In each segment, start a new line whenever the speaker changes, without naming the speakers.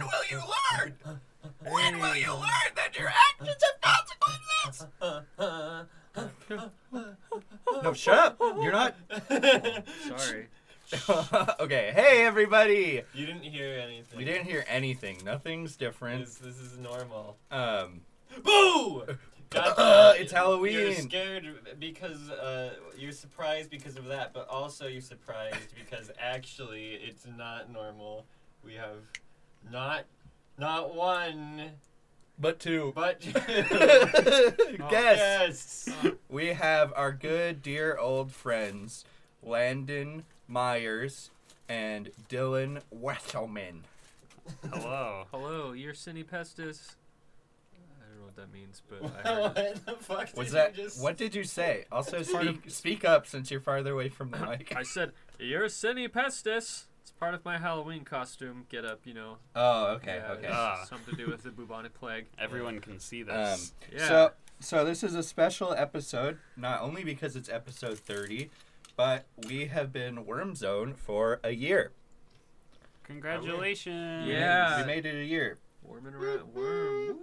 When will you learn? When will you learn that your actions have consequences?
No, shut up. You're not.
Sorry.
okay. Hey, everybody.
You didn't hear anything.
We didn't hear anything. Nothing's different.
This, this is normal.
Um,
Boo!
Uh,
damn it.
it's Halloween.
You're scared because uh, you're surprised because of that, but also you're surprised because actually it's not normal. We have not not one,
but two.
but two.
Guess.
yes.
We have our good, dear old friends, Landon Myers and Dylan Wesselman.
Hello. Hello, you're Cine Pestis. I don't know what that means, but I
what
heard it.
the fuck
Was
did
that?
you just?
What did you say? Also,
part
speak, speak up since you're farther away from the mic.
I said, you're Cine Pestis. It's part of my Halloween costume. Get up, you know.
Oh, okay,
Yeah,
okay.
it's
Ah.
Something to do with the bubonic plague.
Everyone can see
Um,
this.
Yeah.
So, so this is a special episode, not only because it's episode 30, but we have been Worm Zone for a year.
Congratulations.
Yeah.
We made it a year.
Warming around. Worm.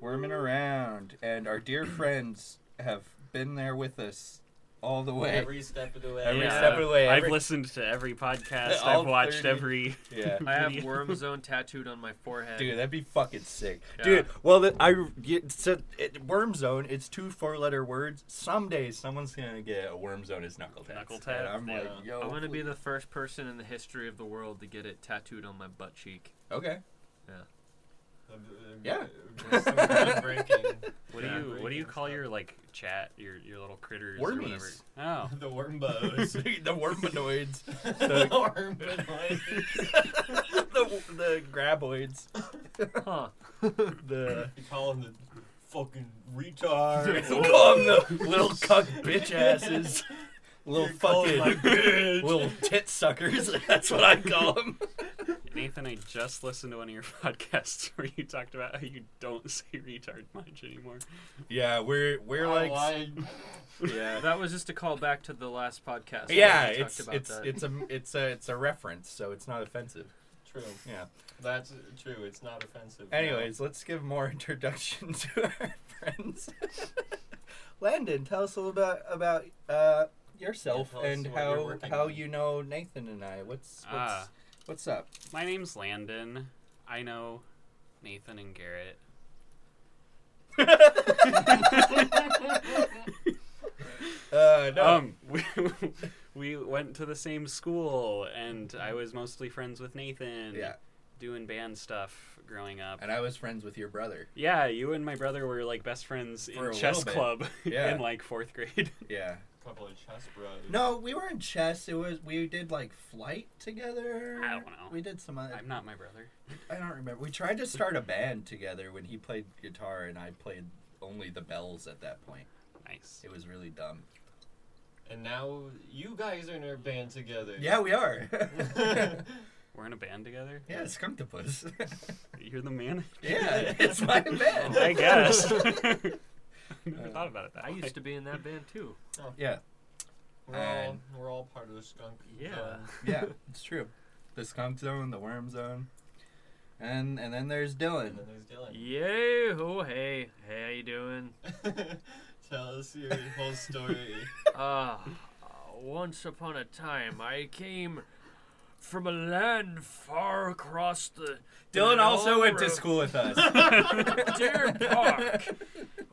Worming around, and our dear friends have been there with us all the way.
Every step of the way.
Every
Yeah.
step of the way,
I've
every-
listened to every podcast.
All
I've watched
30.
every.
yeah.
I have
Video.
Worm Zone tattooed on my forehead.
Dude, that'd be fucking sick.
Yeah.
Dude, well, the, I you said it, worm zone. It's two four-letter words. Someday, someone's gonna get a worm zone as knuckle tats.
Knuckle tat,
And I'm
yeah.
like, yo,
I want to be the first person in the history of the world to get it tattooed on my butt cheek.
okay. Yeah.
Breaking.
What
Yeah.
do you What do you call your like chat? Your your little critters. Or whatever.
Wormies,
Oh.
The worm bows.
the wormbanoids,
the worm bows.
the the graboids,
Huh.
the
You call him the fucking retard.
We'll call 'em the little cuck bitch asses, little fucking little tit suckers. That's what I call them.
Nathan, I just listened to one of your podcasts where you talked about how you don't say retard much anymore.
Yeah, we're
Oh,
we're like, yeah.
That was just a call back to the last podcast. where
Yeah,
we talked
it's
about
it's
that.
it's a it's a it's a reference, so it's not offensive.
True.
Yeah.
That's true. It's not offensive.
Anyways, let's give more introduction to our friends. Landon, tell us a little bit about uh, yourself
Yeah, tell us
and
what you're
how
working
how
on.
you know Nathan and I. What's what's,
Ah.
what's up?
My name's Landon. I know Nathan and Garrett.
Uh, no.
Um, we, we went to the same school, and I was mostly friends with Nathan.
yeah,
Doing band stuff growing up.
and I was friends with your brother.
Yeah, you and my brother were like best friends
For a
in chess
little bit.
club
Yeah.
in like fourth grade.
Yeah.
couple of chess bros.
No, we were in chess. It was we did like flight together.
I don't know.
We did some other.
I'm not my brother.
I don't remember. We tried to start a band together when he played guitar and I played only the bells at that point.
Nice.
It was really dumb.
And now you guys are in a band together.
Yeah, we are.
We're in a band together.
yeah, Skunktopus.
You're the man.
yeah, it's my band.
I guess. I
Uh,
never thought about it that
I
way.
used to be in that band too.
Yeah,
We're all,
And-
we're all part of the skunk.
Yeah.
zone.
yeah, it's true. The skunk zone, the worm zone, and and then there's Dylan.
And then there's Dylan.
Yay! Oh hey, hey, how you doing?
Tell us your whole story.
Uh, once upon a time, I came from a land far across the. the railroad-
with us.
Deer Park,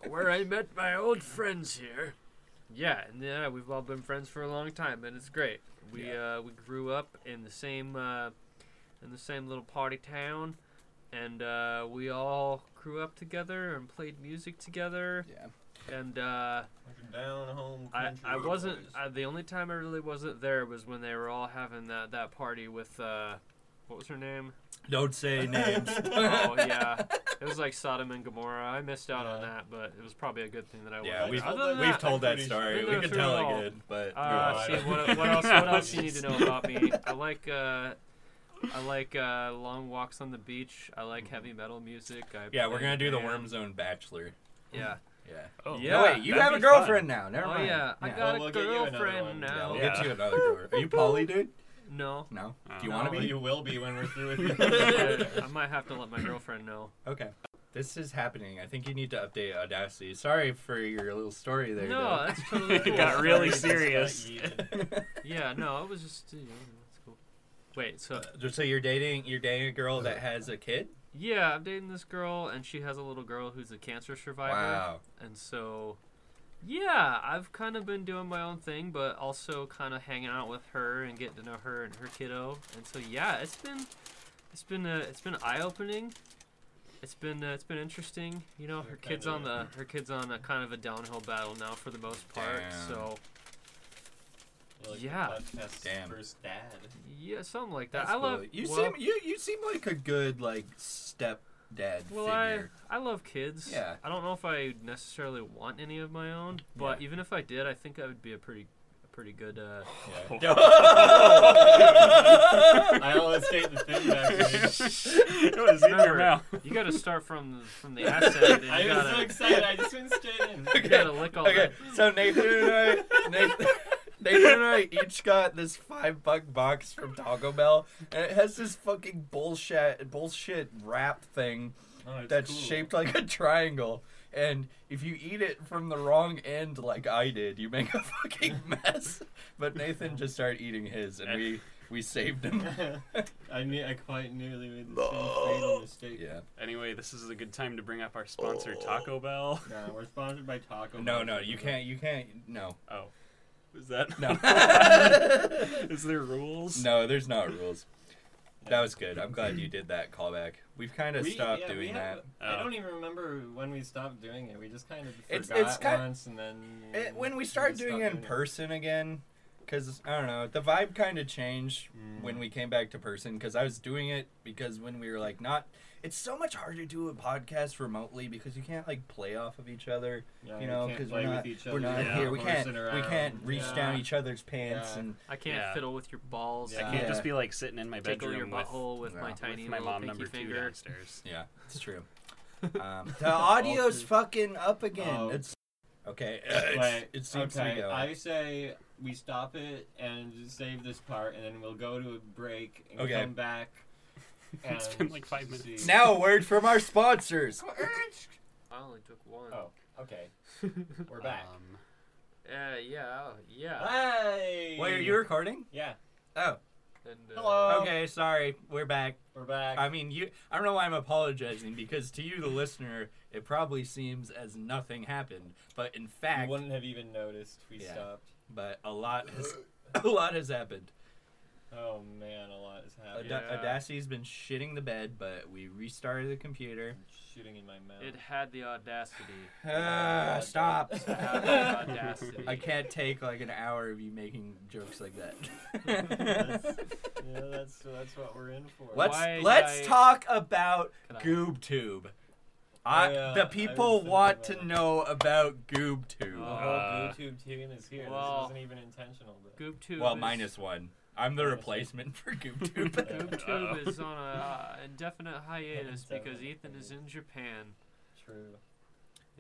where I met my old friends here. Yeah, and yeah, we've all been friends for a long time, and it's great. We uh, we grew up in the same uh, in the same little party town, and uh, we all grew up together and played music together.
yeah,
And uh,
Looking down home.
I,
country
I wasn't
boys.
I, the only time I really wasn't there was when they were all having that that party with uh, what was her name?
don't say names.
oh yeah, it was like Sodom and Gomorrah. I missed out on
Yeah.
that, but it was probably a good thing that I
Yeah,
wasn't.
we've-
Other than
we've
that,
told that story.
We could tell it good,
but
Uh,
Right.
see what, what else? What else you need to know about me? I like uh, I like uh, long walks on the beach. I like heavy metal music. I
Mm-hmm. yeah, we're
play
gonna
in a
do the
band.
worm zone bachelor.
Yeah.
Yeah.
Oh,
Yeah.
no, wait, you
that'd
have a
be fun.
girlfriend now. Never
Oh
mind.
yeah, I got
Well, we'll
a
get you another
girlfriend
one.
Yeah,
now.
we'll
Yeah.
get you another girl. Are you Polly, dude?
No.
No. Do you
No.
want to
Well,
be?
you will be when we're through with you.
Yeah, I might have to let my girlfriend know.
Okay. This is happening. I think you need to update Audacity. Sorry for your little story there.
no,
though.
that's totally
It
cool.
got really
Just
serious.
got yeeted.
Yeah, no, it was just. You know, that's cool. Wait, so
so you're dating you're dating a girl that has a kid?
yeah, I'm dating this girl, and she has a little girl who's a cancer survivor.
Wow.
And so, yeah, I've kind of been doing my own thing, but also kind of hanging out with her and getting to know her and her kiddo. And so, yeah, it's been, it's been, uh, it's been eye opening. It's been, uh, it's been interesting. You know, her
You're
kid's on
kinda-
the, her kid's on a kind of a downhill battle now for the most part.
Damn.
So,
Like
Yeah.
Podcast
Damn.
First dad.
yeah, something like that.
That's
I love
cool. you
well,
seem you you seem like a good like step dad
Well,
figure.
I I love kids.
Yeah.
I don't know if I necessarily want any of my own, but even if I did, I think I would be a pretty, a pretty good. Uh,
I always state the thing back then.
it was in your
Remember,
mouth.
You got to start from the, from the asset. And
I
you
was so
got to
excited. I just went straight in.
you got to lick all
Okay,
that.
so Nathan and I, Nathan, Nathan and I each got this five buck box from Taco Bell, and it has this fucking bullshit bullshit wrap thing that's shaped like a triangle. And if you eat it from the wrong end, like I did, you make a fucking mess. But Nathan just started eating his, and we we saved him.
I mean, I quite nearly made the same fatal mistake.
Yeah.
Anyway, this is a good time to bring up our sponsor,
Oh.
Taco Bell.
Nah, we're sponsored by Taco.
No,
Bell.
no, you can't. You can't. No.
Oh, is that?
No.
is there rules?
No, there's not rules. That was good. I'm glad you did that callback. We've kind of
We-
stopped
yeah, we
doing
have-
that.
Oh.
I don't even remember when we stopped doing it. We just kind of
It's-
forgot
it's kind-
once, and then
It, when we started
just
doing
stopped
it in person again, because I don't know, the vibe kind of changed
Mm.
when we came back to person. Because I was doing it because when we were like not, it's so much harder to do a podcast remotely because you can't like play off of each other.
Yeah,
you
we
know,
can't
because
play
we're
with
not
each
we're
other,
not
yeah,
here. We
horsing
can't we
around,
can't reach
yeah.
down each other's pants
Yeah.
and
I can't
Yeah.
fiddle with your balls.
Yeah.
I
I
can't
can't
Yeah.
just be like sitting in my
tickle
bedroom
your
with,
butthole with,
Yeah.
my
With
tiny
with my
little
mom
pinky
number two
finger.
downstairs.
yeah, it's true. Um, the audio's fucking up again.
Oh.
It's okay.
Like,
It's, it seems
okay,
to be going.
I say we stop it and save this part, and then we'll go to a break and
Okay.
come back.
It's
and
been like five minutes.
see-
Now, a word from our sponsors.
I only took one.
Oh, okay. We're back.
Um,
Uh, yeah, yeah.
Uh, hey.
Wait, are you recording?
Yeah.
Oh,
And, uh,
Hello.
okay. Sorry, we're back.
We're back.
I mean, you. I don't know why I'm apologizing because to you, the listener, it probably seems as nothing happened, but in
you
fact,
wouldn't have even noticed we
Yeah.
stopped.
but a lot has, a lot has happened.
Oh man, a lot is
Ad-
happening.
Yeah.
Audacity's been shitting the bed, but we restarted the computer.
I'm shooting in my mouth.
It had the audacity.
Ah, stop.
It had the audacity.
I can't take like an hour of you making jokes like that.
yeah, that's that's what we're in for.
Let's
Why
let's
did I-
talk about
Can I-
GoobTube. I,
Oh, yeah,
the
I was
people
thinking
want
about
to
it.
know about GoobTube.
The
Oh.
whole
Uh,
YouTube team is here. this
well-
wasn't even intentional. But
GoopTube.
well,
is,
minus one. I'm the replacement for GoobTube.
GoopTube
Uh-oh.
is on a uh, indefinite hiatus because
Indefinite
Ethan is in Japan.
true.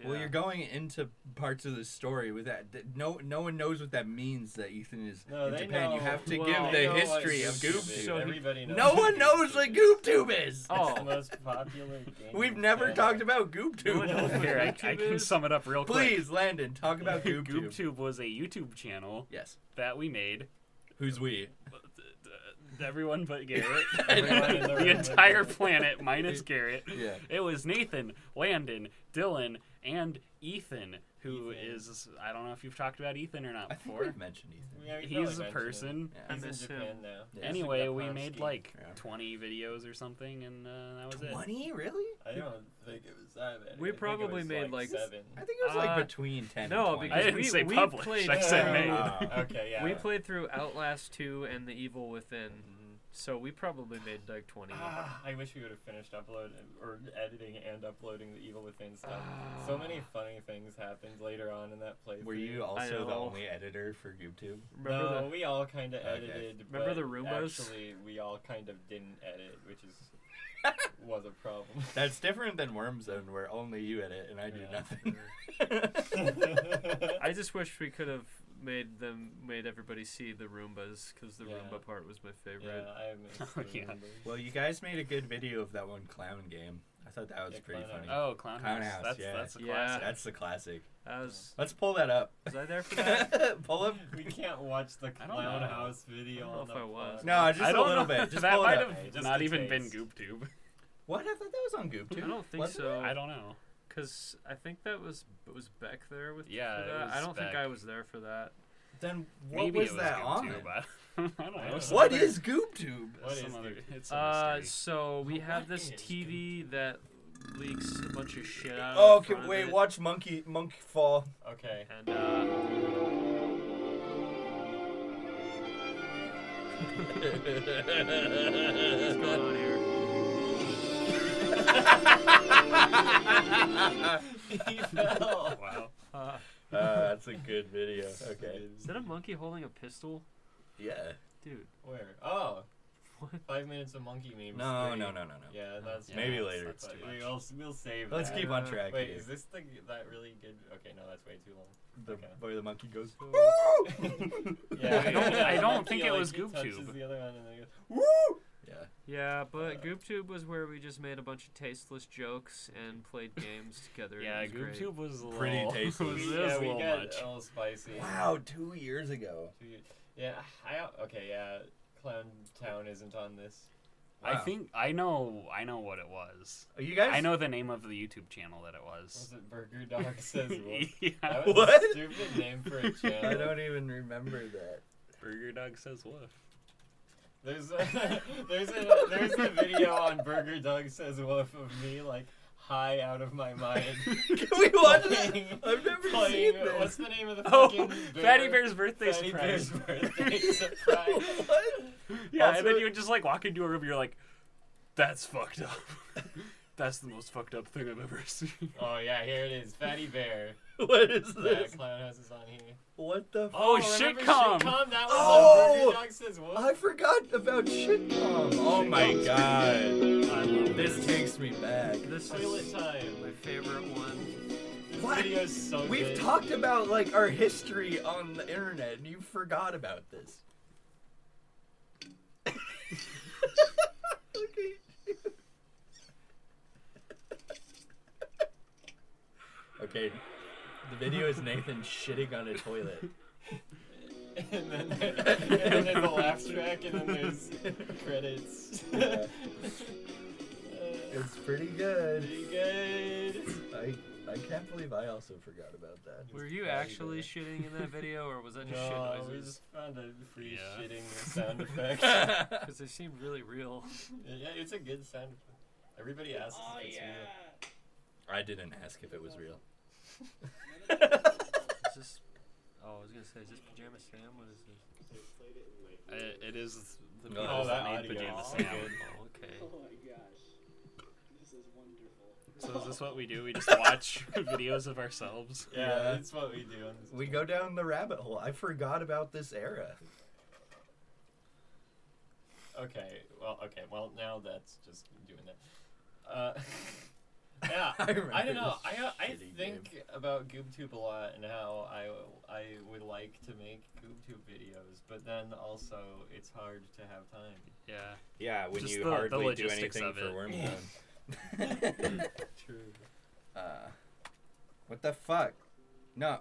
Well,
Yeah.
you're going into parts of the story with that. th- No, no one knows what that means. That Ethan is
No,
in
they
Japan. You
know.
have to
Well,
give
They
the
know what
history of
YouTube
GoobTube.
is.
So he-
Everybody knows.
no
what
one knows what
is.
GoobTube is.
Oh.
It's the most popular game.
We've
in
never
China.
talked about
No one knows
GoobTube.
what
here, I, I
GoobTube
can
is?
sum it up real quick.
Please, Landon, talk about GoobTube.
GoobTube was a YouTube channel
Yes.
that we made.
Who's we?
Everyone but Garrett.
Everyone in the room
the
knows
entire
what it
planet minus Garrett.
Yeah.
It was Nathan, Landon, Dylan, and Ethan, who
Ethan.
is- I don't know if you've talked about Ethan or not
I think
before.
we've mentioned Ethan.
is. Yeah, we
He's
probably
a
mentioned
person.
Yeah.
it.
I
He's in
miss
Japan
him.
now.
Yeah.
Anyway, we
Japanski.
made like
Yeah.
20 videos or something, and uh, that was it.
Twenty, really?
I don't think it was that bad.
We
I think it
probably
was
made, like,
seven.
I think it was like
Uh,
between ten.
no,
and 20.
I
because
didn't
we-
say
we
published.
played
I said
through-
made.
Oh.
Ah, Okay, yeah. Mm-hmm.
We played Mm-hmm. through Outlast 2 and The Evil Within, so we probably made like 20.
Ah, I wish we would have finished uploading or editing and uploading the Evil Within stuff.
Ah.
so many funny things happened later on in that playthrough.
Were you
I
also the
know.
only editor for GoobTube?
Remember
no,
the-
we all kind of
Okay.
edited. but
Remember the Roombas?
Actually, we all kind of didn't edit, which is was a problem.
That's different than Worm Zone, where only you edit and I do
Yeah.
nothing.
I just wish we could have made them made everybody see the Roombas because the
Yeah.
Roomba part was my favorite.
Yeah, I missed
Oh,
the
yeah.
numbers.
Well, you guys made a good video of that one clown game. I thought that was
Yeah,
pretty
Clown
funny.
House.
Oh, Clown,
Clown
House.
House,
That's,
yeah.
that's a
Yeah.
classic.
That's the classic.
I was
Let's pull that up.
was I there for that?
pull up.
we can't watch the
I don't
clown
know.
house video.
I don't know
on
if
the
I was.
pod.
No, just
I
a
don't
little
know.
bit. Just
that
pull it
might
up.
have
Hey, just
not
in
even been
case.
GoopTube.
What? I thought that was on GoopTube.
I don't think
Wasn't
Oh.
so.
I don't know.
Cause I think that was was Beck there with
Yeah,
For
it
that. I
was
don't think
Beck.
I was there for that.
Then what
Maybe
was
it was
that on?
GoopTube. I don't know.
I don't
Some
know.
What
other-
is GoopTube?
What
some
is
other,
GoopTube?
It's a
Uh,
mystery.
so we have
What
this
is
TV that leaks a bunch of shit out.
Oh,
of
okay,
the Uh, front of
wait.
it,
Watch Monkey Monk Fall.
Okay.
And uh, what's going on here?
he
Oh.
fell.
Wow.
Uh,
that's a good video. Okay.
is that a monkey holding a pistol,
Yeah.
dude?
Where? Oh,
What?
five minutes of monkey memes.
No,
Great.
no, no, no, no.
Yeah, that's
Maybe
that's-
later.
that's
That's too
fine.
much.
We'll, we'll save
Let's
that.
keep on track.
Wait,
here.
is this the that really good? Okay, no, that's way too long.
the,
okay.
where the monkey goes?
Yeah,
I don't- I
the
don't
monkey,
think it
like,
was
he touches
GoopTube.
the other one and then he goes,
yeah.
Yeah, but
Uh,
GoopTube was where we just made a bunch of tasteless jokes and played games together. and
Yeah,
it was great.
GoopTube was a
Pretty
little,
tasty.
was,
"We-
it was
yeah,
a
we
little
got
much.
oh,
a little spicy.
Wow, two years ago.
Yeah, I don't- okay, yeah, Clown Town isn't on this.
I
Wow.
think I know. I know what it was.
Are you guys?
I know the name of the YouTube channel that it was.
Was it Burger Dog Says Wolf?
yeah.
That was
What?
a stupid name for a channel.
I don't even remember that.
Burger Dog says what?
There's a, there's a there's a video on Burger Dog Says Wolf of me like high out of my mind.
Can we watch it?
Playing-
I've never
playing-
seen this.
What's the name of the
Oh,
fucking bear?
Fatty Bear's birthday
Fatty
surprise.
Bear's birthday surprise.
What?
Yeah,
Also-
and then you would just like walk into a room, you're like, "That's fucked up. That's the most fucked up thing I've ever seen."
Oh yeah, here it is, Fatty Bear.
What is
Yeah,
this?
Clown House is on here.
What the? F-
Oh,
remember
shitcom.
Shitcom? That was
Oh!
on Burger Dog Says Wolf.
I forgot about shitcom. Oh my
Shitcom's
god.
I love
This takes me back.
This
Toilet
is
time.
my favorite one.
This
What?
video is so
We've
good.
talked about like our history on the internet, and you forgot about this. Look at you. okay, the video is Nathan shitting on a toilet.
and then, and then the laugh track, and then there's credits.
Yeah.
Uh,
It's pretty good.
pretty good.
I I can't believe I also forgot about that.
Were you actually shitting in that video, or was that just
No,
shit
Oh, we
noises?
just found a free
Yeah.
shitting sound effect. yeah,
Because they seem really real.
it's a good sound effect. Everybody asks if it's real.
I didn't ask if it was real.
Is this? Oh, I was gonna say, is this Pajama Sam? What is this?
it. It is the
No,
people
Oh,
that
that made
audio.
Pajama
Oh,
Sam.
Oh, okay.
Oh my gosh. This is wonderful.
So is this what we do? We just watch videos of ourselves.
Yeah,
Yeah.
that's what we do. On this
We go down the rabbit hole. I forgot about this era.
Okay, well, okay, well, now that's just doing that. Uh, yeah,
I remember
I don't know.
this
I, I
shitty
think about GoobTube a lot and how I, I would like to make GoobTube videos, but then also it's hard to have time.
Yeah.
Yeah,
when Just you the- the hardly do logistics anything of for it.
Wormzone.
True.
uh, what the fuck? No.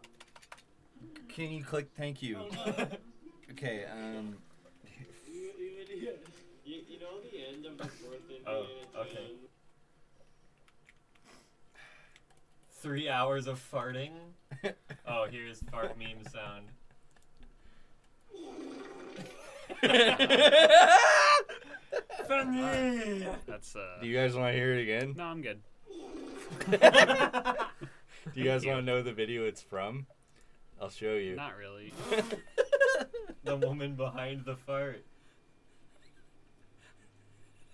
Can you click thank you? Okay, um.
You, you, idiot. you, you know the end of the fourth Indiana
Oh, okay.
Jones?
Three hours of farting. Oh, here's fart meme sound.
That's uh.
Do you guys want to hear it again?
No, I'm good.
Do you guys want to know the video it's from? I'll show you.
Not really.
the woman behind the fart.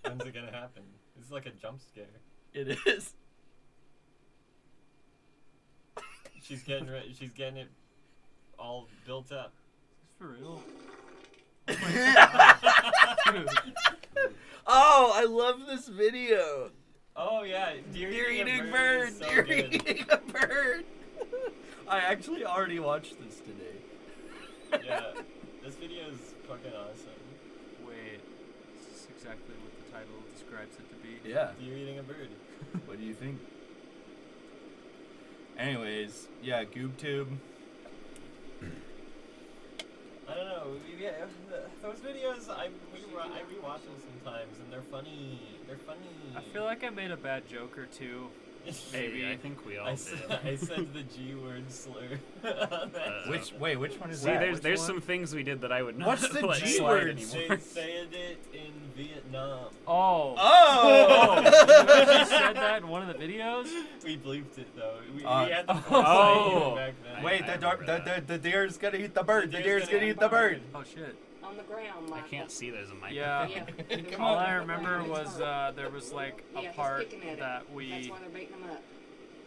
When's it gonna happen? It's like a jump scare.
It is.
She's getting re- she's getting it all built up.
It's for real.
Oh, I love this video.
Oh yeah, deer,
You're eating a
is
bird.
so
You're
good.
eating a bird. I actually already watched this today.
yeah, this video is fucking awesome.
Wait, this is exactly what the title describes it to be.
Yeah.
You eating a bird?
What do you think? Anyways, yeah, GoobTube.
I don't know. we- Yeah, th- those videos I we re- I rewatch them sometimes, and they're funny. They're funny.
I feel like I made a bad joke or two.
Maybe
I,
I think we all
I,
did.
s- I said the G word slur. on that.
Uh,
Which wait, which one is
See,
that?
there's
Which
there's
one?
some things we did that I would not
What's the
let
G
slide
word?
they
anymore.
said it in Vietnam.
Oh. you
Oh.
said that in one of the videos?
We bleeped it though. We,
Uh,
we had the foresight
oh.
back then.
wait, the,
I
dar- the,
remember
the the deer's gonna eat the bird. The deer's gonna eat the bird.
Oh, shit.
On the ground,
I
Michael.
can't see there's a mic.
Yeah.
Yeah.
Come
All
on.
I remember was uh, there was like
Yeah,
a
he's
part
picking at it.
that
That's
we
why they're beating him up.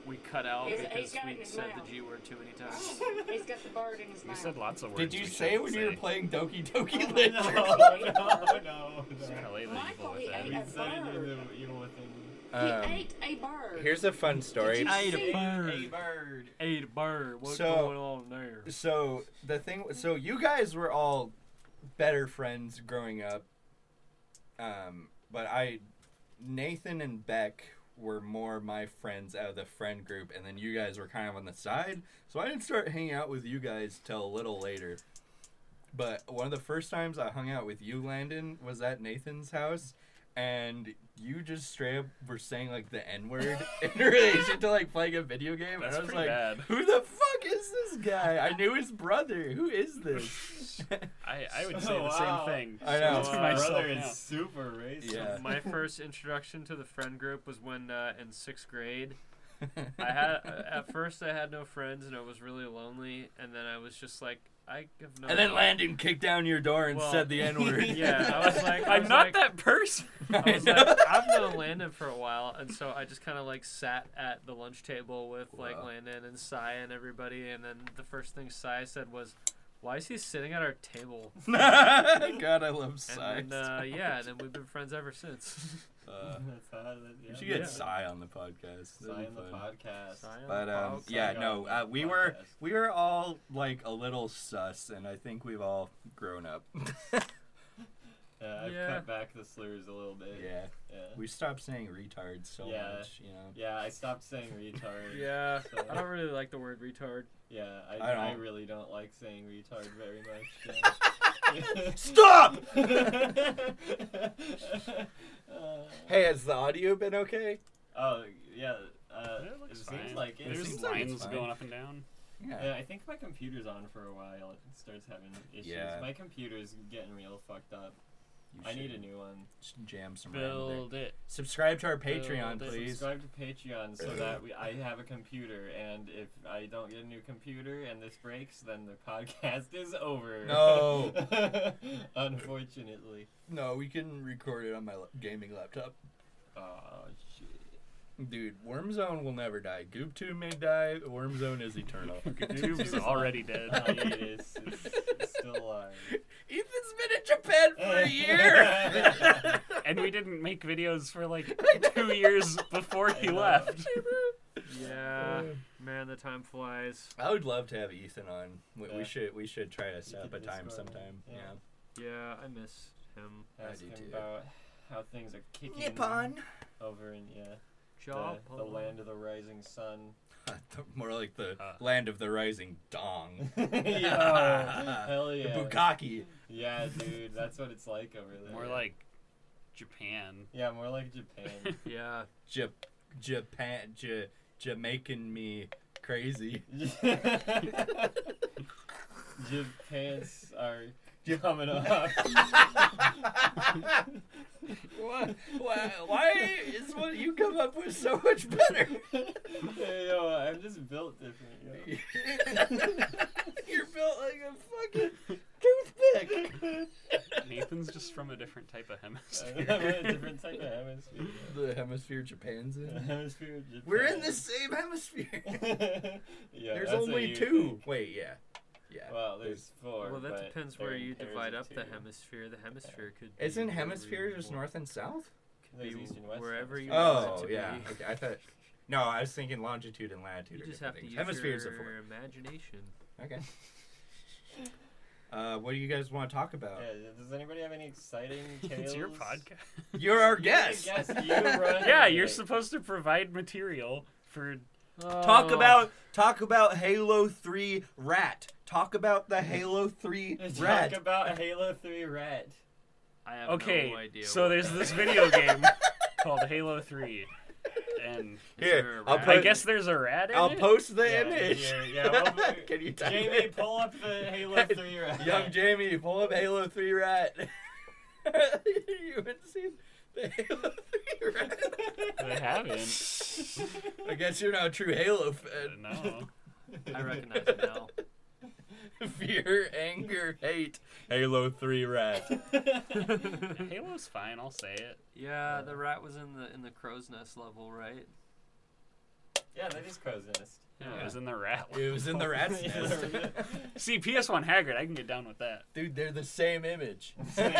we cut out
He's-
because
he's got it in
we
his
said
mouth.
the G word too many times.
He's got the bird in his
We
mouth.
said lots of words.
Did you
we
say
shouldn't
when you were
say.
playing Doki Doki
No,
Literature?
no, no, no.
Probably the
Michael,
evil with
he
that.
ate
We
a
said it in
bird.
the evil within.
He
Um,
ate a bird.
here's a fun story.
Did you
ate a
see-
A
bird.
bird.
Ate a bird. What's
So-
going on there?
So the thing, so you guys were all better friends growing up, um, but I, Nathan and Beck were more my friends out of the friend group, and then you guys were kind of on the side. So I didn't start hanging out with you guys till a little later. But one of the first times I hung out with you, Landon, was at Nathan's house. And you just straight up were saying like the N word in relation to like playing a video game, and
That's
I was
pretty
like,
bad.
who the fuck is this guy? I knew his brother. Who is this?
I, I would say
Oh,
the
wow.
same thing.
I know.
To
My
myself
brother
now.
is super racist.
Yeah.
My first introduction to the friend group was when uh, in sixth grade. I had at first I had no friends and I was really lonely, and then I was just like I have no.
and then Landon kicked down your door and
Well,
said the N word.
Yeah, I was like, I
I'm
was
not
like-
that person.
I was like, I've known Landon for a while, and so I just kind of like sat at the lunch table with like
Wow.
Landon and Sai and everybody, and then the first thing Sai said was, "Why is he sitting at our table?"
God, I love
And
Psy.
then, uh, yeah, and then we've been friends ever since.
Uh,
That's how that- yeah,
we should get
Yeah.
Psy on the podcast. That'd
Sign
be
the
fun.
podcast.
Sai on
But
the
um,
podcast.
yeah,
Psy
no,
on
uh,
the
we were
podcast.
we were all like a little sus, and I think we've all grown up.
Yeah, I've
Yeah.
cut back the slurs a little bit.
yeah,
Yeah.
we stopped saying retard so
Yeah.
much. You know,
Yeah, I stopped saying retard.
yeah,
So,
I don't really like the word retard.
yeah, I,
I
I,
don't.
really don't like saying retard very much.
stop.
yeah. Uh,
hey, has the audio been okay?
oh, yeah. Uh,
It
it,
looks
seems
fine.
like it.
It
There's
seems like it's
lines
fine.
going up and down.
Yeah, I think my computer's on for a while. It starts having issues.
Yeah.
My computer's getting real fucked up.
You
I need a
should
new one.
jam some random there.
Build it.
Subscribe to our Patreon,
Build it.
please.
Subscribe to Patreon so that we I have a computer, and if I don't get a new computer and this breaks, then the podcast is over.
No.
Unfortunately.
No, we can record it on my la- gaming laptop.
Oh shit.
Dude, Wormzone will never die. Goop2 may die. Wormzone is eternal.
Tube's already dead.
No,
Oh,
it is. It's, it's still alive.
Ethan's been in Japan for a year.
and we didn't make videos for like two years before he
know.
left.
Yeah,
Uh,
man, the time flies.
I would love to have Ethan on. We, we
Yeah.
should we should try to set up
could
a time
Discord him.
sometime. Yeah.
Yeah.
Yeah, I miss him.
I
Ask
do
him
too.
about how things are kicking over in yeah
Job.
the, the land of the rising sun.
More like the
Uh.
land of the rising dong.
yeah. Hell
The
yeah.
Bukaki.
Yeah, dude, that's what it's like over there.
More like Japan.
Yeah, more like Japan.
Yeah.
Ja- Japan. Ja- Jamaican me crazy.
Japans are coming up.
Why, why, why is what you come up with so much better?
hey, yo, I'm just built different. Yo.
You're built like a fucking toothpick.
Nathan's just from a different type of hemisphere.
I'm in a different type of hemisphere.
The hemisphere Japan's
yo. The
in.
hemisphere of Japan.
We're in the same hemisphere.
yeah,
There's
that's what
only
you
two.
think.
Wait, yeah. Yeah.
Well, there's four.
Well, that
but
depends
they're
where
in
you
pairs
divide
of
up the
two.
hemisphere. The hemisphere could. be
Isn't
wherever you
hemisphere just
want.
north and south?
be
There's east and west
wherever you
hemisphere.
want it
Oh,
to
yeah.
be.
Okay, I thought. No, I was thinking longitude and latitude
You
are
just have
different
to
things.
use
Hemispheres
your
are four.
imagination.
Okay. Uh, what do you guys want to talk about?
Yeah, does anybody have any exciting tales?
It's your podcast.
You're our
You're the
guest.
guest, you run
Yeah,
it.
you're supposed to provide material for.
Talk
Oh.
about talk about Halo 3 rat. Talk about the Halo 3 rat.
Talk about Halo 3 Red.
I have
Okay,
no idea.
so there's this video game called Halo 3, and
there
Here,
a
I'll
rat?
put,
I guess there's a rat in
I'll
it.
post the
Yeah,
image.
yeah, yeah, well,
Can you type
Jamie,
it?
pull up the Halo 3 Red.
Young Jamie, pull up Halo 3 rat. you haven't seen the Halo 3 rat.
I haven't.
I guess you're not a true Halo fan.
No.
I recognize it now.
Fear, anger, hate. Halo 3 rat.
Halo's fine, I'll say it.
Yeah, the rat was in the in the crow's nest level, right?
yeah, that is Crow's Nest.
Yeah, It was in the rat.
It was in the rat's
Yeah,
nest.
See, PS1 Haggard, I can get down with that.
Dude, they're the same image.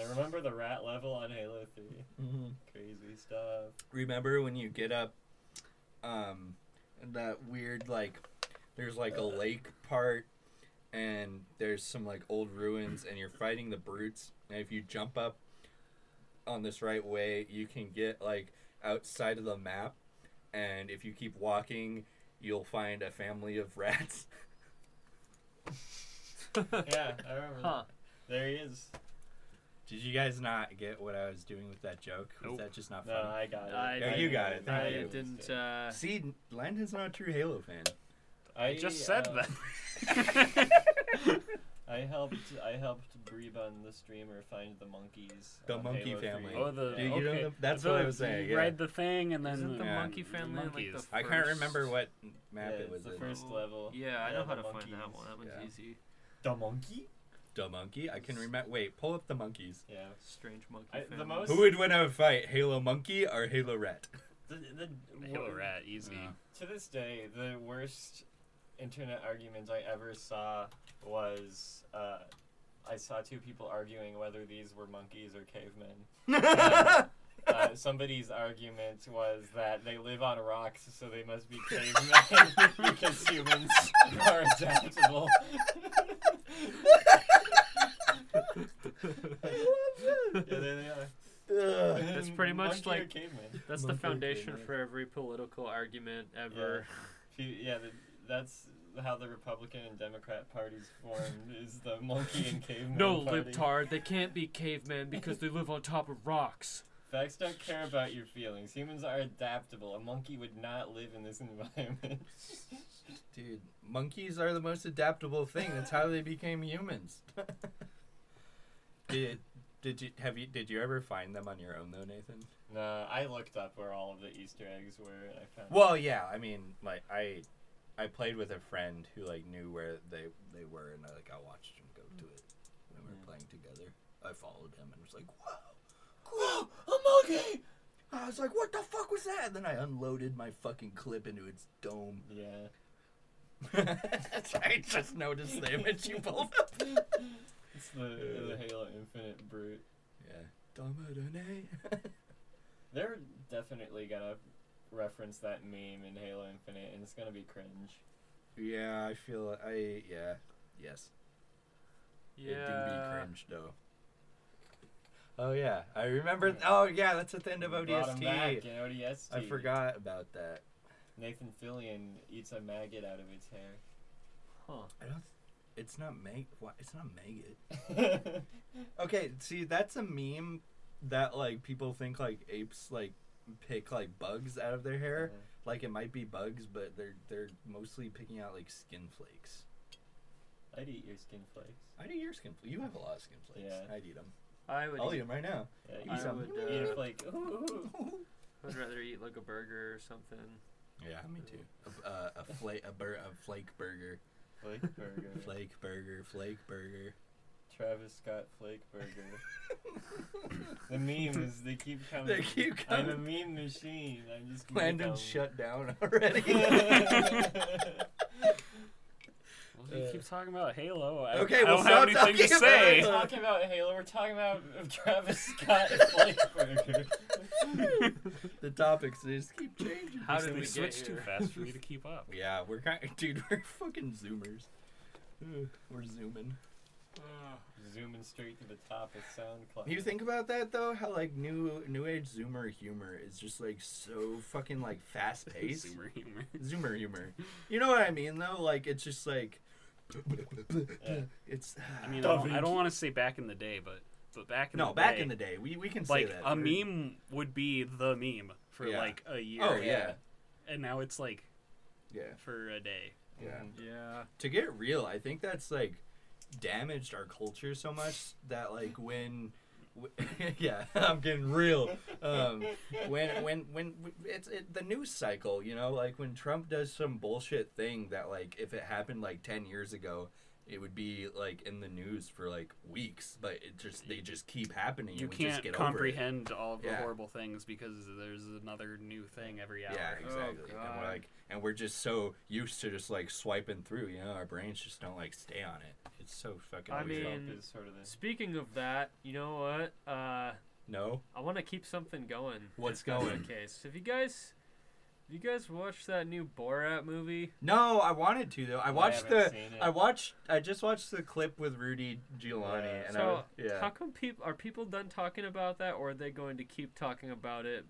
I remember the rat level on Halo 3. Crazy stuff.
Remember when you get up um that weird like there's like a lake part and there's some like old ruins and you're fighting the brutes and if you jump up on this right way you can get like outside of the map and if you keep walking you'll find a family of rats
Yeah, I remember.
Huh.
There he is.
did you guys not get what i was doing with that joke was
Nope.
that just not
No,
funny
I got it.
I
Yeah, you got it. Thank
I
you.
didn't. Uh,
see landon's not a true halo fan
I just said
uh,
that.
I helped. I helped Breebun the streamer find the monkeys.
The
on
monkey
Halo 3.
family.
Oh, the
Dude, you don't
okay.
know- that's
So
what I was saying,
You
yeah.
ride the thing and then
Isn't the
Yeah.
monkey family like the
monkeys.
first?
i can't remember what map
Yeah,
it was
it's the
in.
first level.
Yeah, I
Yeah,
know how
the
to find that
monkeys.
one. That one's
Yeah.
easy.
The monkey?
The monkey? I can remember. Wait, pull up the monkeys.
Yeah.
Strange monkey.
I- the
family.
most-
Who would win a fight, Halo monkey or Halo rat?
The, the,
Halo
wor-
rat, easy.
Yeah.
To this day, the worst internet arguments I ever saw was uh, I saw two people arguing whether these were monkeys or cavemen. Uh, uh, somebody's argument was that they live on rocks, so they must be cavemen because humans are adaptable. yeah, they, they are.
Ugh.
Uh, That's pretty much
Monkey or
like-
caveman.
That's the
Monkey
foundation
family.
for every political argument ever.
If you- Yeah, th that's how the Republican and Democrat parties formed is the monkey and caveman
No,
party.
libtard. They can't be cavemen because they live on top of rocks.
Facts don't care about your feelings. Humans are adaptable. A monkey would not live in this environment.
Dude, monkeys are the most adaptable thing. That's how they became humans. did did you have you did you ever find them on your own though, Nathan?
no, I looked up where all of the Easter eggs were and I found
Well, yeah. I mean, like I I played with a friend who like knew where they they were, and I like I watched him go to it when we were playing together. I followed him and was like, whoa, whoa, a monkey! I was like, what the fuck was that? And then I unloaded my fucking clip into its dome.
Yeah.
I just noticed the image you pulled up.
It's the, the Halo Infinite brute.
Yeah. Dominate.
They're definitely gonna reference that meme in Halo Infinite and it's gonna be cringe.
yeah, I feel I yeah yes.
Yeah.
It do be cringe though. Oh yeah, I remember. Oh yeah, that's at the end of
We brought 'em back
ODST.
in ODST.
I forgot about that.
Nathan Fillion eats a maggot out of its
I don't. It's not mag. What? It's not maggot.
hair.
Okay, see, that's a meme that like people think like apes like pick like bugs out of their hair. Like it might be bugs, but they're they're mostly picking out like skin flakes.
I'd eat your skin flakes.
I would eat your skin. fl- You have a lot of skin flakes.
Yeah.
I'd eat them.
I would.
I'll eat
eat,
them right now.
Yeah,
I
eat, some.
would,
eat
uh,
a flake. Ooh.
I'd rather eat like a burger or something.
Yeah, me too. A, uh, a flake a, bur- a flake burger,
Flake burger.
flake burger, flake burger.
Travis Scott flake burger. the memes, they keep coming.
They keep
I'm a
coming.
meme machine. I'm just gonna
Landon
come.
shut down already.
Well, you keep talking about Halo. I,
Uh, Okay,
I
well,
don't have
stop
anything to
talking about
say.
We're talking about Halo. We're talking about Travis Scott flake burger.
the topics they just keep changing.
How did
they
we get
switch
here?
too fast for me to keep up.
Yeah, we're kind dude, we're fucking zoomers. Ugh, We're zooming.
Zooming straight to the top of SoundCloud.
You think about that though, how like new new age zoomer humor is just like so fucking like fast paced.
Zoomer humor.
zoomer humor. You know what I mean though? Like it's just like
Yeah.
it's
I mean, I don't, I don't want to say back in the day, but but back in
no,
the
back
day,
in the day, we, we can
like
say that.
a
We're-
meme would be the meme for
Yeah.
like a year.
Oh yeah.
and now it's like
Yeah.
for a day.
Yeah.
Yeah.
to get real, I think that's like damaged our culture so much that like when w- yeah, I'm getting real. Um, when when when it's it, the news cycle, you know, like when Trump does some bullshit thing that like if it happened like 10 years ago, it would be like in the news for like weeks, but it just they just keep happening.
You
and we just
can't
get
comprehend all of the
Yeah.
horrible things because there's another new thing every hour.
Over it. Yeah,
Oh,
exactly. and
God.
we're like, and we're just so used to just like swiping through. You know, our brains just don't like stay on it. It's so fucking.
I
weird.
mean-
Trump is sort of the
Speaking of that, you know what? Uh,
no.
I want to keep something going.
What's
just in
going?
Case. Have you guys, you guys watched that new Borat movie?
No, I wanted to though. I watched the.
haven't seen it.
I watched. I just watched the clip with Rudy Giuliani,
Yeah.
and I
so
was, yeah.
how come people are people done talking about that, or are they going to keep talking about it?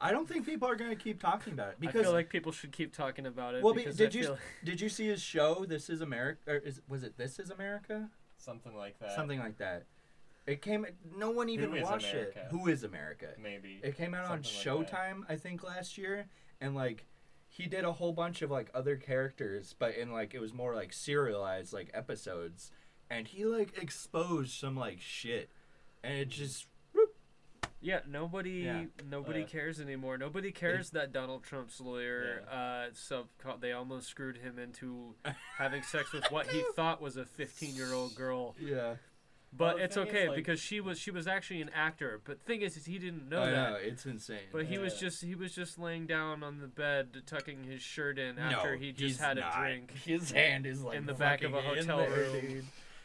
I don't think people are going to keep talking about it
I
because.
feel like people should keep talking about it.
well, be,
because
did
I
you
feel-
did you see his show? This is America, or is, was it This is America?
something like that.
Something like that. It came. No one even
Uh, is
watched it.
America?
Who is America?
maybe.
It came out on
Something like that.
Showtime, I think, last year, and like he did a whole bunch of like other characters, but in like it was more like serialized like episodes, and he like exposed some like shit, and it just whoop.
Yeah, nobody
Yeah. Uh,
nobody
Yeah.
cares anymore. Nobody cares that Donald Trump's lawyer uh sub they almost screwed him into having sex with what he thought was a 15-year-old girl.
yeah.
But
Well, the
it's
thing is,
okay
like-
because she was she was actually an actor. But thing is, is he didn't know
I
that.
know it's insane.
But he was
Yeah.
just he was just laying down on the bed tucking his shirt in after he just
he's
had
not.
a drink.
His hand is like
in the back of a
fucking in
hotel
there,
room.
dude.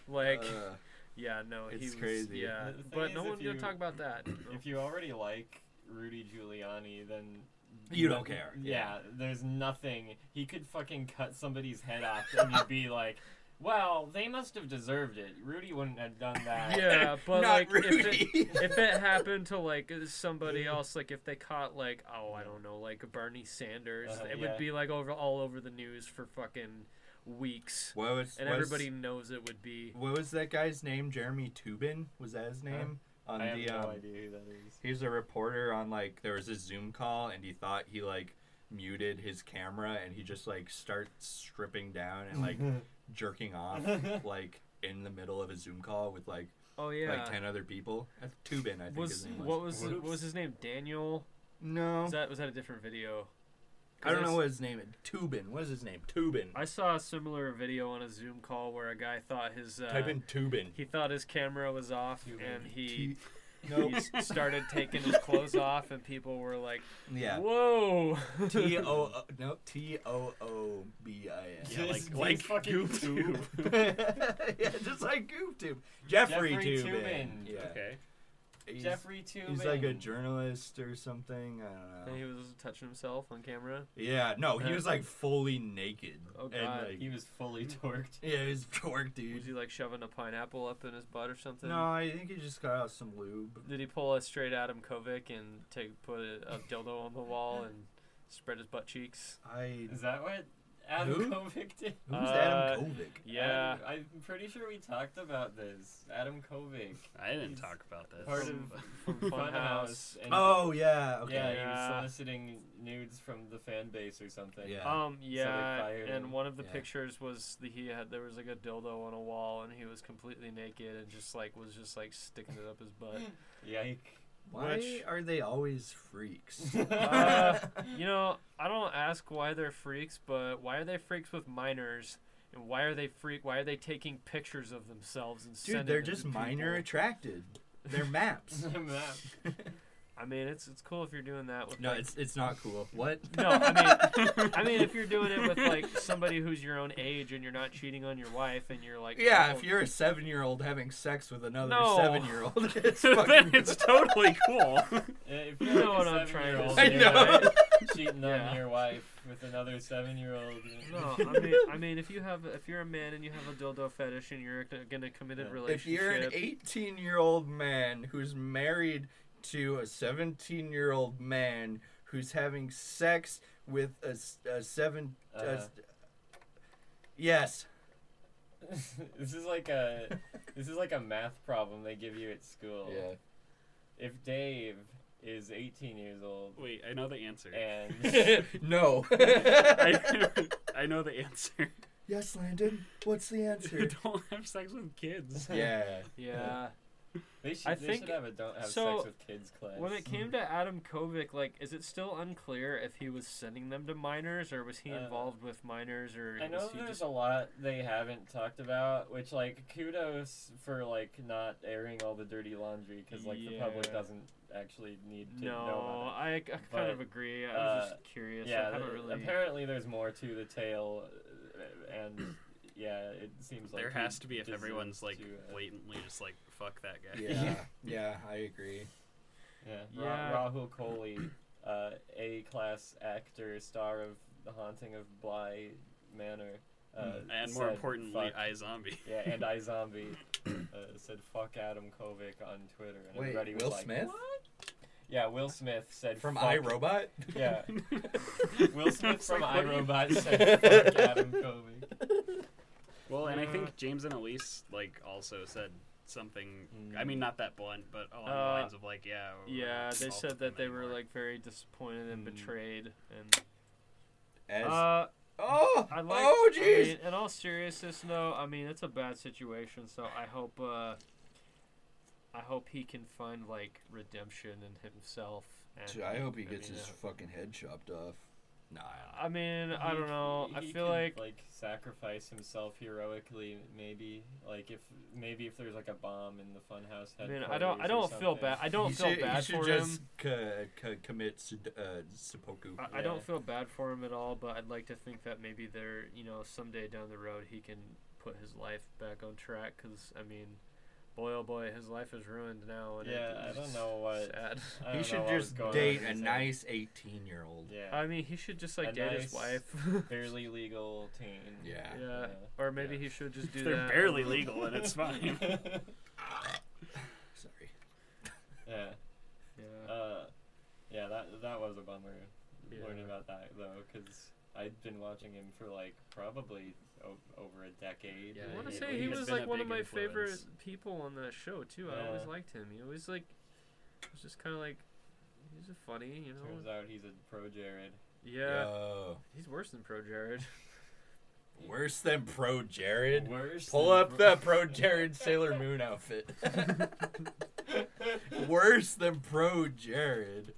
Like
Uh,
yeah, no, he
it's
was
crazy.
yeah.
The thing
But
is,
no
if
one's going
you-
to talk about that.
If you already like Rudy Giuliani, then
You don't care,
Yeah, there's nothing. He could fucking cut somebody's head off, and you'd be like, "Well, they must have deserved it. Rudy wouldn't have done that."
Yeah, but
Not
like if
Rudy.
it, if it happened to like uh, somebody else, like if they caught like oh I don't know like Bernie Sanders,
Uh-huh,
it
yeah.
would be like over all over the news for fucking weeks,
what was
and
what was-
everybody knows it would be.
What was that guy's name? Jeremy Tubin was that
Uh,
his name? on
I have
the
no
um,
idea who that is.
He was a reporter on like there was a Zoom call and he thought he like muted his camera and he just like starts stripping down and
Mm-hmm.
like jerking off like in the middle of a Zoom call with like
Oh yeah,
like ten other people. That's Tubin, I think his
was
name was.
what was what
Whoops.
was his name? Daniel?
no,
Was that was that a different video? 'Cause
I don't know
s-
what his name. is. Tubin. What is his name? Tubin.
I saw a similar video on a Zoom call where a guy thought his uh,
Type in Tubin.
he thought his camera was off and he,
No.
he s- started taking his clothes off and people were like,
Yeah.
"Whoa!"
T O O- no T O O B I N.
Yeah,
This
like like
dude's fucking
Goof
Tube.
Tube.
yeah, just like GoofTube. Jeffrey,
Jeffrey
Tubin.
Tubin.
Yeah.
Okay.
He's-
Jeffrey Tubin.
He's like a journalist or something. I don't
And
know.
he was touching himself on camera.
Yeah, no, he
Yeah.
was like fully naked.
Oh, God.
and,
He
like,
was fully torqued.
yeah, he's dork, dude.
Was he like shoving a pineapple up in his butt or something?
no, I think he just got out some lube.
Did he pull a straight Adam Kovic and take put a, a dildo on the wall and spread his butt cheeks?
I
Is that what Adam
Who?
Kovic did?
who's
Uh,
Adam Kovic?
Yeah.
Adam- I'm pretty sure we talked about this. Adam Kovic.
I didn't
He's
talk about this.
part
From-
of
from Funhouse.
Funhouse. and-
Oh yeah, okay.
Yeah, he
Yeah.
was soliciting nudes from the fan base or something.
Yeah.
Um. Yeah.
fired
and
him.
one of the
Yeah.
pictures was the, he had there was like a dildo on a wall and he was completely naked and just like was just like sticking it up his butt.
Yike.
Why
which-
are they always freaks?
Uh, you know, I don't ask why they're freaks, but why are they freaks with minors? And why are they freak? Why are they taking pictures of themselves and sending
Dude, they're
them to
just minor
people?
attracted. They're maps.
Map.
I I mean, it's it's cool if you're doing that with.
No,
like-
it's it's not cool. What?
no. I mean, I mean, if you're doing it with like somebody who's your own age and you're not cheating on your wife and you're like,
Yeah,
oh,
if you're a seven year old having sex with another
No.
seven year old, it's
then
fucking.
it's totally cool.
Uh, If
You
you're
know
like
what
a
I'm trying
seven-year-old
to say.
I know.
right?
cheating
Yeah.
on your wife with another seven-year-old.
No, I mean, I mean, if you have, if you're a man and you have a dildo fetish and you're gonna committed
Yeah.
relationship,
if you're an 18 year old man who's married to a 17 year old man who's having sex with a, s- a seven.
Uh,
a s- yes.
this is like a this is like a math problem they give you at school. If Dave is 18 years old
Wait, I know the answer.
and
no.
I, I know the answer.
yes, Landon. What's the answer?
Don't have sex with kids.
yeah.
yeah.
they should,
I
they
think-
should have a don't have
so,
sex with kids class.
When it came to Adam Kovic, like, is it still unclear if he was sending them to minors or was he
Uh,
involved with minors or
I know
was he
there's
just
a lot they haven't talked about, which like kudos for like not airing all the dirty laundry because like the public
Yeah.
doesn't actually need to know
no,
about
I, I kind
But,
of agree. I was
uh,
just curious.
it. Yeah,
I haven't
th-
really.
apparently there's more to the tale, uh, and yeah, it seems like
There
he
has to be if
deserves
everyone's like
to, uh,
blatantly just like fuck that guy.
Yeah. Yeah, I agree.
Yeah.
Yeah.
Ra- Rahul Kohli, uh, A class actor, star of The Haunting of Bly Manor. Uh,
Mm. And more
said
importantly,
fuck-
I zombie.
yeah, and iZombie uh, said fuck Adam Kovic on Twitter, and
Wait,
everybody was
Will
like,
Smith?
"What?" Yeah, Will Smith said
From
fuck-
iRobot?
Yeah, Will Smith
It's
from
like, what do you-
iRobot said fuck Adam Kovic.
Well, and I
Uh,
think James and Elise like also said something. I
Mm.
mean, not that blunt, but along the
Uh,
lines of like, yeah. we're
yeah,
not
they
involved
said
with
that
them
they were
anymore.
like very disappointed and
Mm.
betrayed. And
As,
uh,
oh,
I like.
oh,
I
jeez.
mean, in all seriousness, though, I mean it's a bad situation. So I hope, uh, I hope he can find like redemption in himself. And,
Dude, I hope he gets
mean,
his
uh,
fucking head chopped off. Nah.
I mean, I
He-
don't know. I
he
feel
could,
like
sacrifice himself heroically, maybe. Like if maybe if there's like a bomb in the funhouse
I
headquarters.
mean, I don't, I
or
don't feel
something.
bad. I don't
You
feel
should, you
bad
should
for
just
him.
co- co- commit sed- uh, seppuku.
I, I
Yeah.
don't feel bad for him at all, but I'd like to think that maybe there, you know, someday down the road he can put his life back on track. Because I mean, boy, oh boy, his life is ruined now. And
Yeah, I
it's
don't know what.
Sad.
I
He
don't know
should
what was
just
going on
date
in
a
his head.
nice 18 year old.
Yeah.
I mean, he should just like
A
date
nice-
his wife.
barely legal teen.
Yeah.
yeah.
Yeah.
or maybe
Yeah.
he should just do
They're
that.
barely legal, and it's fine.
Sorry.
yeah.
Yeah.
Uh, yeah. That that was a bummer.
Yeah.
Learning about that though, because I'd been watching him for like probably o- over a decade.
Yeah,
I want to
he-
say
he
he
has
was
been
like
a
one of
big
my favorite
influence.
people on that show too. I
Yeah.
always liked him. He always like was just kind of like he's a funny, you
Turns
know.
out he's a pro Jared.
Yeah,
Yo,
he's worse than Pro Jared.
worse than Pro Jared.
Worse.
Pull
than
up the Pro Jared Sailor Moon outfit. worse than Pro Jared.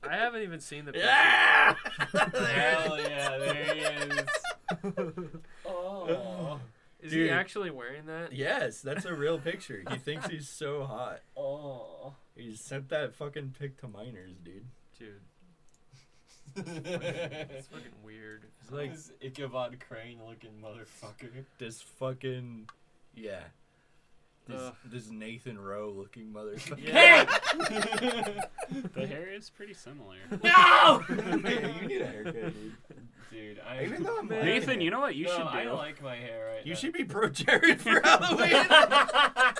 I haven't even seen the picture.
yeah!
Hell yeah, there he is. Oh,
Is he
Dude.
actually wearing that?
yes, that's a real picture. He thinks he's so hot.
oh.
He sent that fucking pic to minors, dude.
Dude, it's
this
fucking weird.
It's like
Ichabod Crane looking motherfucker.
this fucking yeah. This,
Ugh.
this Nathan Rowe looking motherfucker.
Yeah.
the hair is pretty similar.
Hey, you need a haircut, dude.
Dude, I
Even though I'm
Man.
Nathan, you know what you
no,
should
I
do?
like my hair right
You
now.
should be pro Jared for Halloween.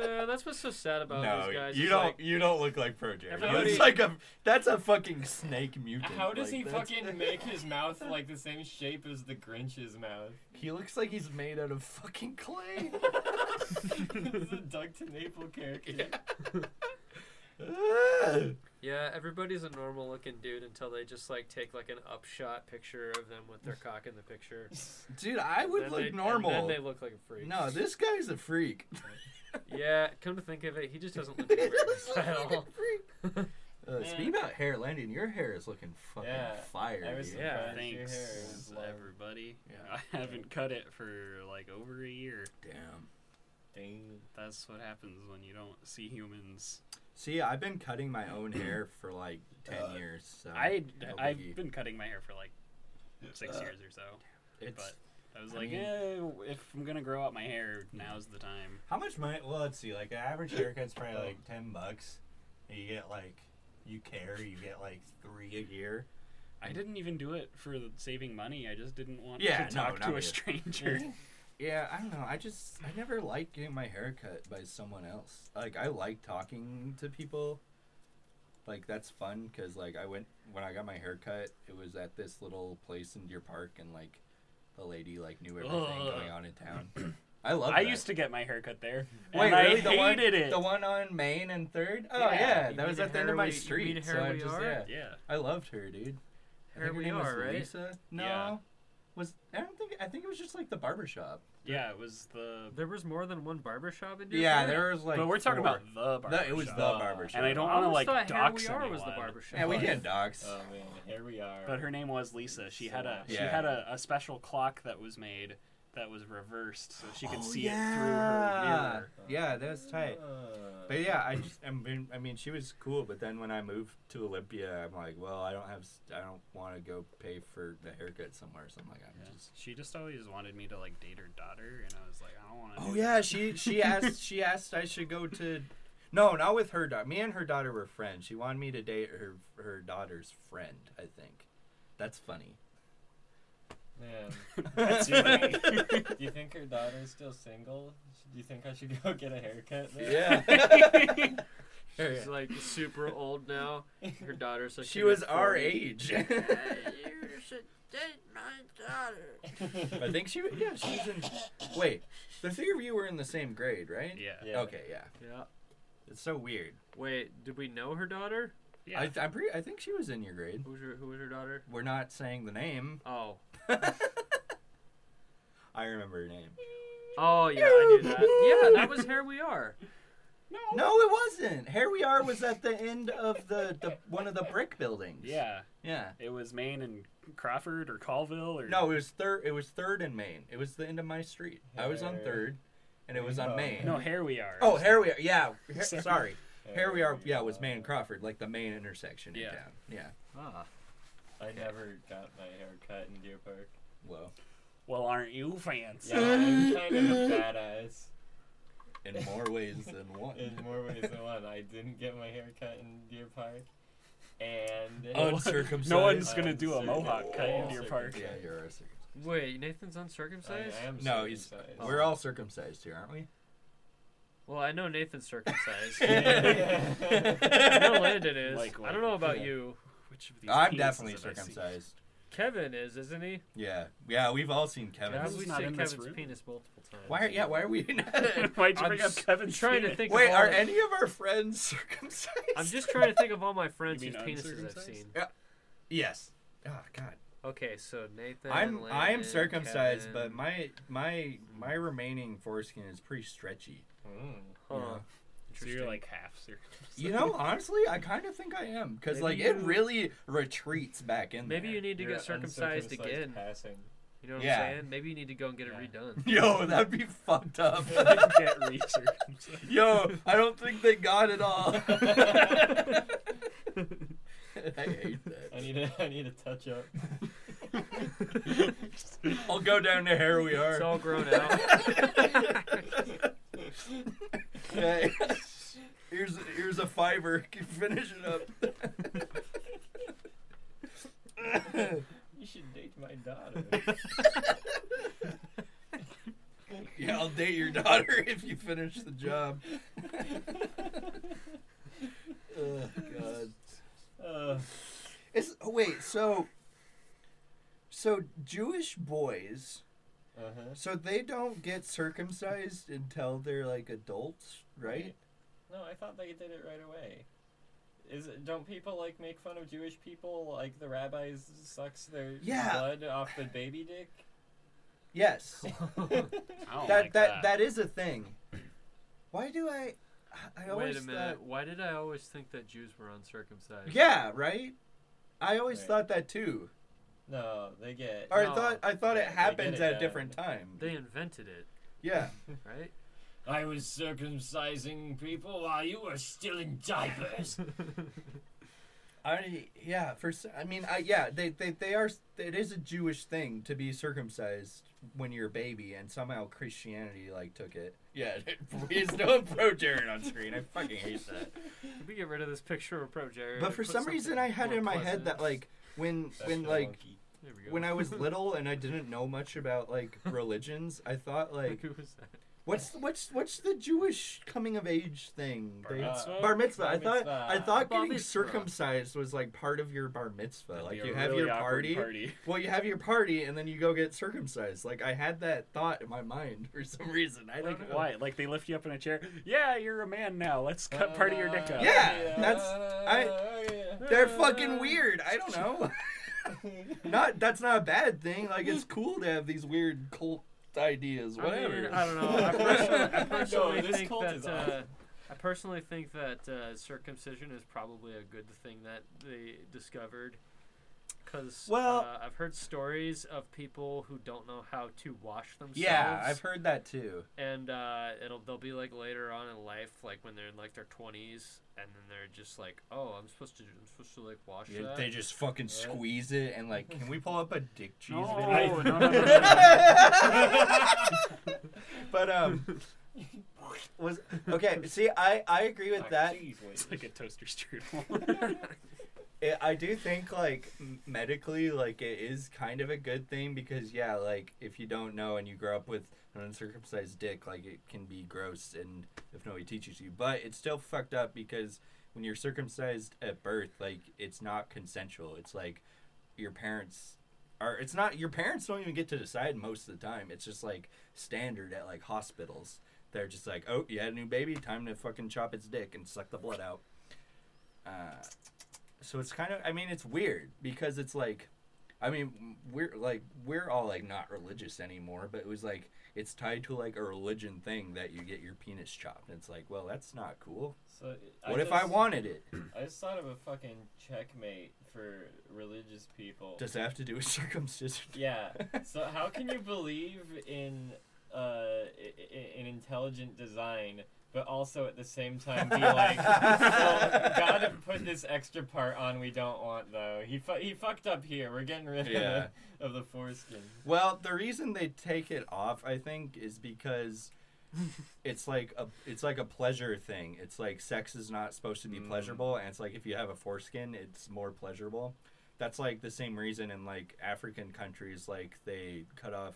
Uh, that's what's so sad about
no,
these guys.
you
is,
don't.
Like,
you don't look like pro Jared.
Everybody-
That's like a. That's a fucking snake mutant.
How does
Like,
he
that's-
fucking make his mouth like the same shape as the Grinch's mouth?
He looks like he's made out of fucking clay.
It's a Doug Tenaple character.
Ugh.
yeah, everybody's a normal looking dude until they just like take like an upshot picture of them with their cock in the picture.
Dude, I would
Then
look
they- and
normal.
then they look like a freak.
No, this guy's a freak.
Yeah, come to think of it, he just doesn't look
He
very
does look
at
like a
all.
Uh, speaking about hair, Landon, your hair is looking fucking
Yeah,
fire.
I was
dude.
Yeah.
surprised your hair
Thanks,
was long.
everybody.
Yeah.
I haven't cut it for like over a year.
Damn.
Dang.
That's what happens when you don't see humans
See, I've been cutting my own hair for like
Uh,
ten years. So
I
no
I've
biggie.
been cutting my hair for like six years or so.
Uh, It's
but I was
I
like,
mean-
eh, if I'm gonna grow out my hair, now's the time.
How much money? Well, let's see. Like, an average haircut's probably like 10 bucks. And You get like, you care, you get like three a year.
I didn't even do it for saving money. I just didn't want
Mm. Yeah,
to
no,
talk
not
to
me. Mm-hmm.
a stranger.
yeah. I don't know. I just I never liked getting my hair cut by someone else. Like I like talking to people. Like that's fun because like I went when I got my hair cut, it was at this little place in Deer Park, and like the lady like knew everything
Ugh.
going on in town. I love.
I
that.
used to get my hair cut there,
Wait,
and
really?
I
the
hated
one,
it.
The one on Main and Third. Oh
Yeah.
yeah, that
You mean
was
the
at the end
Hair
of my
We- you mean
street.
Hair
so I
We
just,
Are?
Yeah.
yeah,
I loved her, dude. I
Here
think her
we
name was
are, right?
Lisa? No,
Yeah.
was I don't think I think it was just like the barber shop.
yeah. It was the.
There was more than one barbershop in Deerfield?
Yeah, there was like.
but we're talking
four.
about the barber.
No, it was the barber shop.
and I don't
I
want to
always
like
thought Here
dox
We Are was the
anyone,
barbershop.
Yeah, we
Like-
did docs.
Oh man, here we are.
But her name was Lisa. She had a she
Yeah.
had a, a special clock that was made that was reversed so she could
Oh,
see it through her
yeah.
mirror.
Yeah, that was tight.
Uh,
But yeah, I just I mean, I mean she was cool, but then when I moved to Olympia, I'm like, well, I don't have s- I don't want to go pay for the haircut somewhere, so I'm like, I'm
Yeah.
just
She just always wanted me to like date her daughter, and I was like, I don't want to.
Oh yeah, she she asked she asked I should go to No, not with her daughter. Me and her daughter were friends. She wanted me to date her her daughter's friend, I think. That's funny.
man,
That's funny.
do you think her daughter's still single? Do you think I should go get a haircut? There?
She's like super old now. Her daughter's like
she
in her
was our
40s.
age.
you should date my daughter.
I think she yeah, she was in Wait, the three of you were in the same grade, right?
yeah.
Yeah.
Okay, yeah.
Yeah.
It's so weird.
Wait, did we know her daughter?
Yeah.
I I'm pretty, I think she was in your grade.
Who was her, who was her daughter?
We're not saying the name.
Oh.
I remember her name.
Oh, yeah, I knew that. Yeah, that was Here We Are.
No, it wasn't. Here we are was at the end of the, the one of the brick buildings.
yeah.
Yeah.
It was Maine and Crawford or Colville or
No, it was third. It was third and Main. It was the end of my street. I was on
Hair.
third, and it was on
Oh.
Main.
No, here we are.
Oh, here we are. Yeah. Here,
Sorry.
sorry. Here we are. Yeah, it was
Uh,
Main and Crawford, like the main intersection in
Yeah.
town. Yeah.
Ah.
I never got my haircut in Deer Park.
Well,
Well, aren't you fancy?
Yeah, I'm kind of a badass
in more ways than one.
in more ways than one. I didn't get my haircut in Deer Park, and
Uncircumcised.
No one's gonna do a
Uncircumcised.
mohawk cut
Oh,
in your park.
Yeah, you're our circumcised.
Wait, Nathan's
I,
uncircumcised?
Oh,
I am
No, he's.
circumcised.
We're all circumcised here, aren't we?
Well, I know Nathan's circumcised. I know
I'm
Landon is.
Like,
I don't know about
yeah.
you.
Which of these penises
definitely
have I seen?
circumcised.
Kevin is, isn't he?
Yeah, yeah. We've all seen Kevin.
Kevin's
We've
not
seen
in this
Kevin's
room.
penis multiple times.
Why? Are, yeah. Why are we? Not...
Why'd you
I'm
bring up
s-
Kevin's
trying to
penis?
think.
Wait,
of all
are
the-
any of our friends circumcised?
I'm just trying to think of all my friends
You
whose
mean
penises I've
uncircumcised?
seen.
Yes. Oh God.
Okay, so Nathan.
I'm I am
Landon,
circumcised, but
Kevin.
my my my remaining foreskin is pretty stretchy.
Mm.
Huh.
So
Interesting.
you're like half circumcised.
You know, honestly, I kind of think I am because
Maybe
like it
you-
really retreats back in
Maybe
there.
you need to
You're
get circumcised
uncircumcised
again.
Passing.
You know what
Yeah.
I'm saying? Maybe you need to go and get it
Yeah.
redone.
Yo, that'd be fucked up.
get re-circumcised.
Yo, I don't think they got it all. I hate
I
that.
need a, I need a touch up.
I'll go down to here we are.
It's all grown out.
Hey, here's here's a fiver. Can finish it up.
You should date my daughter.
yeah, I'll date your daughter if you finish the job. oh God.
Uh,
It's, oh, wait, so so Jewish boys,
uh-huh.
so they don't get circumcised until they're like adults, right?
No, I thought they did it right away. Is it, don't people like make fun of Jewish people? Like the rabbis sucks their
Yeah.
blood off the baby dick.
Yes.
I don't
that
like
that that is a thing. Why do I? I always
Wait a minute.
thought.
Why did I always think that Jews were uncircumcised?
Yeah, right. I always
Right.
thought that too.
No, they get.
Or I
No.
thought I thought
Yeah,
it
they get
happens
it
at a
done.
different time.
They invented it,
yeah.
right?
I was circumcising people while you were still in diapers.
I yeah, for s- I mean I yeah, they they they are it is a Jewish thing to be circumcised when you're a baby and somehow Christianity like took it. Yeah, there's no pro Jared on screen. I fucking hate that.
Can we get rid of this picture of Pro Jared?
But
and
for
put
some reason I
something
had
more
in my
pleasant?
head that like when
That's
when
no
like
monkey.
There we go.
when I was little and I didn't know much about like religions, I thought like
Who was that?
what's what's what's the Jewish coming of age thing? They-
mitzvah.
bar mitzvah.
Bar
I thought
mitzvah.
I thought
Bar
getting
mitzvah.
circumcised was like part of your bar mitzvah.
That'd
like
be a
you have
really
your
awkward
party. Well, you have your party and then you go get circumcised. Like I had that thought in my mind for some reason. I don't
Like
know.
why? Like they lift you up in a chair. Yeah, you're a man now. Let's cut part of your dick
Yeah,
off.
that's I.
Oh,
They're fucking weird. I don't know. not that's not a bad thing. Like it's cool to have these weird cult ideas. Whatever.
I, mean, I don't know. I personally, I
No,
personally
this
think
cult is
that. Uh,
awesome.
I personally think that uh, circumcision is probably a good thing that they discovered, because
Well-
uh, I've heard stories of people who don't know how to wash themselves.
yeah, I've heard that too.
and uh, it'll they'll be like later on in life, like when they're in like their twenties, and then they're just like, oh, I'm supposed to, I'm supposed to like wash
Yeah,
that.
they just fucking squeeze it and like, can we pull up a dick cheese
No,
video?
no, no, no, no,
but um, was okay. See, I I agree with that.
It's like a toaster strudel.
It, I do think like m- medically, like it is kind of a good thing because yeah, like if you don't know and you grow up with an uncircumcised dick, like it can be gross, and if nobody teaches you, but it's still fucked up because when you're circumcised at birth, like it's not consensual. It's like your parents are. It's not your parents don't even get to decide most of the time. It's just like standard at like hospitals. They're just like, oh, you had a new baby, time to fucking chop its dick and suck the blood out. Uh, so it's kind of i mean it's weird because it's like i mean we're like we're all like not religious anymore but it was like it's tied to like a religion thing that you get your penis chopped and it's like well that's not cool
So,
what if i
just-
wanted it
I just thought of a fucking checkmate for religious people.
does that have to do with circumcision
yeah. So how can you believe in uh, i- i- in intelligent design, but also at the same time be like, well, gotta put this extra part on we don't want though. He fu- he fucked up here. We're getting rid
Yeah.
of, the, of the foreskin.
Well, the reason they take it off, I think, is because it's like a it's like a pleasure thing. It's like sex is not supposed to be pleasurable, and it's like if you have a foreskin, it's more pleasurable. That's like the same reason in like African countries, like they cut off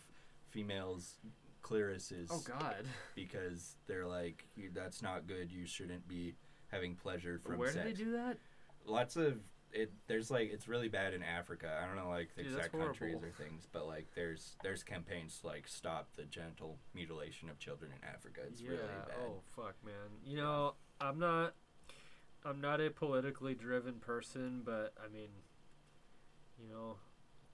females' clitorises
oh God,
because they're like "You- that's not good. You shouldn't be having pleasure from
where
sex.
do they do that?
Lots of it. There's like it's really bad in Africa. I don't know like the
Dude, that's
exact countries or
horrible.
things, but like there's there's campaigns to, like stop the genital mutilation of children in Africa. It's
yeah.
really bad.
Oh fuck, man. You know, I'm not, I'm not a politically driven person, but I mean, you know,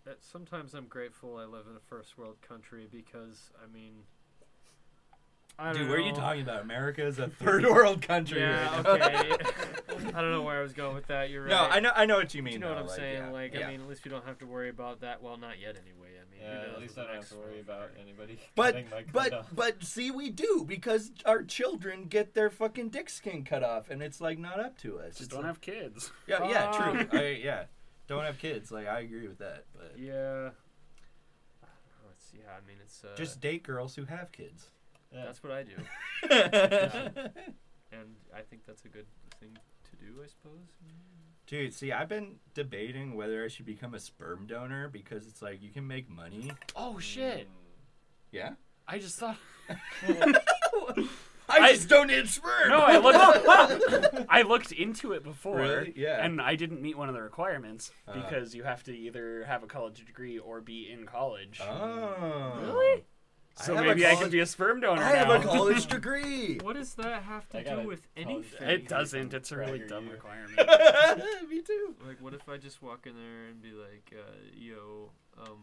that sometimes I'm grateful I live in a first world country because I mean, I don't
Dude, where are you
know.
talking about? America is a third world country.
Yeah,
right now.
okay. I don't know where I was going with that. You're right.
No, I know I know what you
But
mean.
you know what
though,
I'm
like,
saying?
yeah,
Like,
yeah.
I mean, at least we don't have to worry about that. Well, not yet, anyway. I mean, who
Yeah,
knows
at least I don't
what the
have to
next
worry
one-
about anybody.
But
getting my cut
but
off.
but see, we do because our children get their fucking dick skin cut off, and it's like not up to us.
Just
It's
don't
like-
have kids.
yeah, yeah,
Ah.
true. I, yeah, don't have kids. Like I agree with that, but
Yeah. Let's see. Yeah, I mean, it's uh,
just date girls who have kids.
Yeah.
that's what I do. and I think that's a good thing to do, I suppose.
Dude, see, I've been debating whether I should become a sperm donor because it's like you can make money.
Oh shit!
Yeah.
I just thought.
I
I-
just donated sperm.
No, I looked. I looked into it before.
Really? Yeah.
And I didn't meet one of the requirements
Uh.
because you have to either have a college degree or be in college.
Oh.
Really?
so
have a
maybe I
college-
can be a sperm donor
I have
now.
a college degree.
What does that have to
I gotta
do with
call you.
anything?
It doesn't. It's a really
Right,
dumb
you-
requirement.
Me too.
Like, what if I just walk in there and be like, uh, "Yo, um,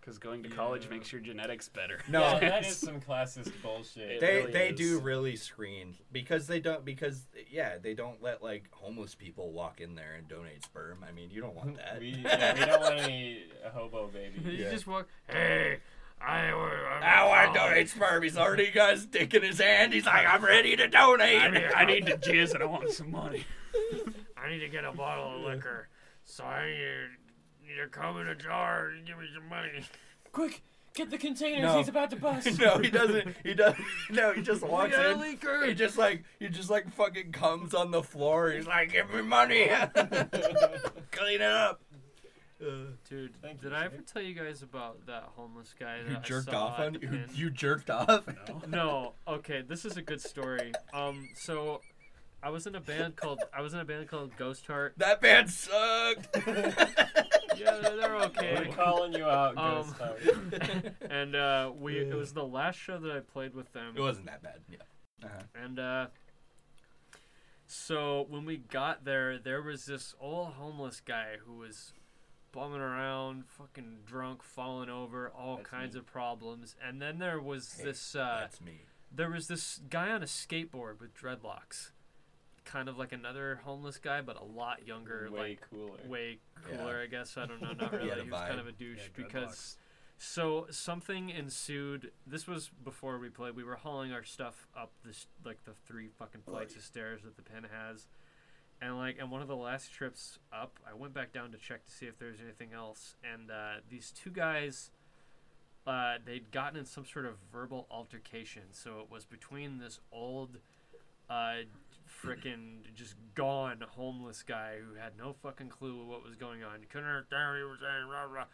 Because going to college
Yeah.
makes your genetics better.
No.
Yeah, that is some classist bullshit.
It
They
really
they
is.
do really screen because they don't because yeah they don't let like homeless people walk in there and donate sperm. I mean you don't want that.
We, yeah, we don't want any hobo baby.
you
Yeah.
just walk, hey, I, I,
Now I donate sperm. He's already got his dick in his hand. He's like, I'm ready to donate.
I need, I need to jizz and I want some money.
I need to get a bottle of liquor. So I need you- you to come in a jar and give me some money.
Quick, get the containers.
No.
He's about to bust.
No, he doesn't. He does. No, he just
We
walks
got a
in. He
leaker.
just like he just like fucking comes on the floor. He's like, give me money. Clean it up.
Dude,
Thank
did
you,
I
sir.
ever tell you guys about that homeless guy that
Who
I
jerked
saw
off
at
on
the
you? Who,
pin?
you jerked off?
no. Okay, this is a good story. Um, so I was in a band called I was in a band called Ghost Heart.
That band sucked.
Yeah, they're okay.
We're calling you out,
Um,
Ghost Howard.
And uh, we it was the last show that I played with them.
It wasn't that bad. Yeah.
And uh, so when we got there, there was this old homeless guy who was bumming around, fucking drunk, falling over, all kinds of problems. And then there was this uh,
That's me.
there was this guy on a skateboard with dreadlocks, kind of like another homeless guy, but a lot younger,
Way
like
cooler.
way
Yeah.
cooler, I guess. I don't know, not really.
had
he,
a
was kind
vibe.
of a douche
Yeah,
because so something ensued. This was before we played. We were hauling our stuff up this like the three fucking flights of stairs that the pen has. And like, and one of the last trips up, I went back down to check to see if there was anything else. And uh, these two guys, uh, they'd gotten in some sort of verbal altercation. So it was between this old, uh, frickin' just gone homeless guy who had no fucking clue what was going on. Couldn't understand what he was saying, rah rah.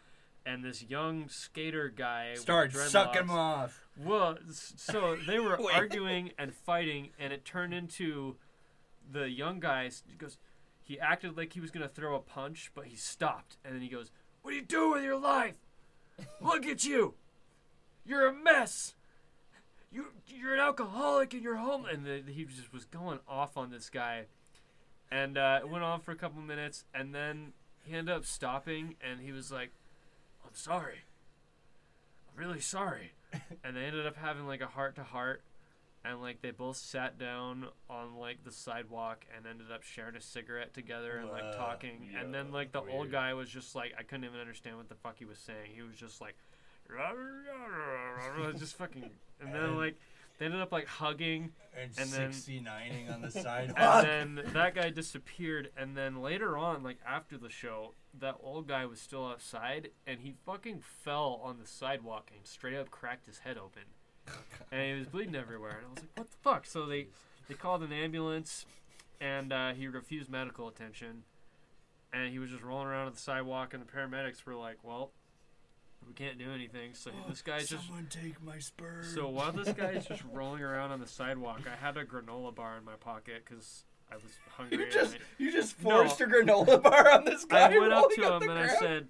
And this young skater guy with
Start sucking
dreadlocks-
him off.
well, s- so they were arguing and fighting, and it turned into the young guy s- goes. He acted like he was gonna throw a punch, but he stopped, and then he goes, "What do you do with your life? Look at you! You're a mess. You you're an alcoholic, and you're home." And the, he just was going off on this guy, and uh, it went on for a couple minutes, and then he ended up stopping, and he was like, "I'm sorry. I'm really sorry." and they ended up having like a heart to heart and like they both sat down on like the sidewalk and ended up sharing a cigarette together and like
Wow,
talking and then like the old
weird.
guy was just like i couldn't even understand what the fuck he was saying he was just like just fucking and then like they ended up like hugging And then-
69ing on the side.
and then that guy disappeared and then later on like after the show that old guy was still outside and he fucking fell on the sidewalk and straight up cracked his head open and he was bleeding everywhere and i was like what the fuck so they they called an ambulance and uh, he refused medical attention and he was just rolling around on the sidewalk and the paramedics were like well we can't do anything so
Oh,
this guy's just
Someone take my sperm.
so while this guy is just rolling around on the sidewalk, I had a granola bar in my pocket because I was hungry.
You
and
just
I-
you just
No.
forced a granola bar on this guy.
I went up
rolling
to
on
him
the
and I
ground.
said,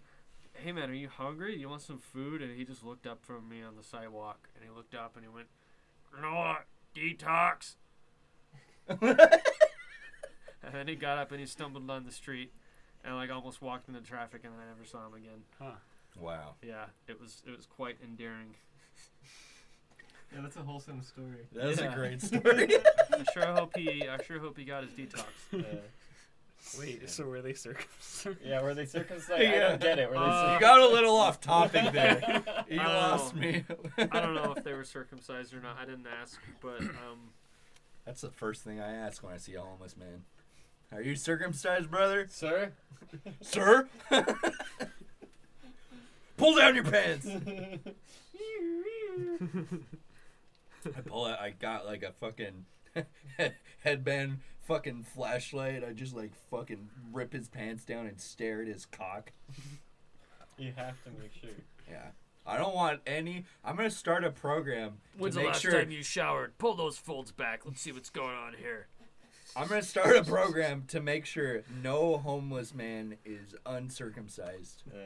"Hey man, are you hungry? You want some food?" And he just looked up from me on the sidewalk, and he looked up and he went, "Granola detox." and then he got up and he stumbled down the street, and like almost walked into traffic, and I never saw him again.
"Wow,
Yeah, it was it was quite endearing.
Yeah, that's a wholesome story.
that was
Yeah. Uh,
a great story."
I sure hope he I sure hope he got his detox.
Yeah,
Wait, so were they circumcised?
yeah were they circumcised? I
Yeah.
don't get it. Were they
Uh,
you
circumcised?
got a little off topic there. You
I don't
lost
know.
me.
I don't know if they were circumcised or not. I didn't ask, but um,
That's the first thing I ask when I see a homeless man. Are you circumcised, brother?
Sir?
Sir? pull down your pants. I pull out. I got like a fucking headband, fucking flashlight. I just like fucking rip his pants down and stare at his cock.
You have to make sure.
Yeah. I don't want any. I'm gonna start a program
when's
to
the
make
last
sure.
time you showered? Pull those folds back. Let's see what's going on here.
I'm gonna start a program to make sure no homeless man is uncircumcised.
Yeah.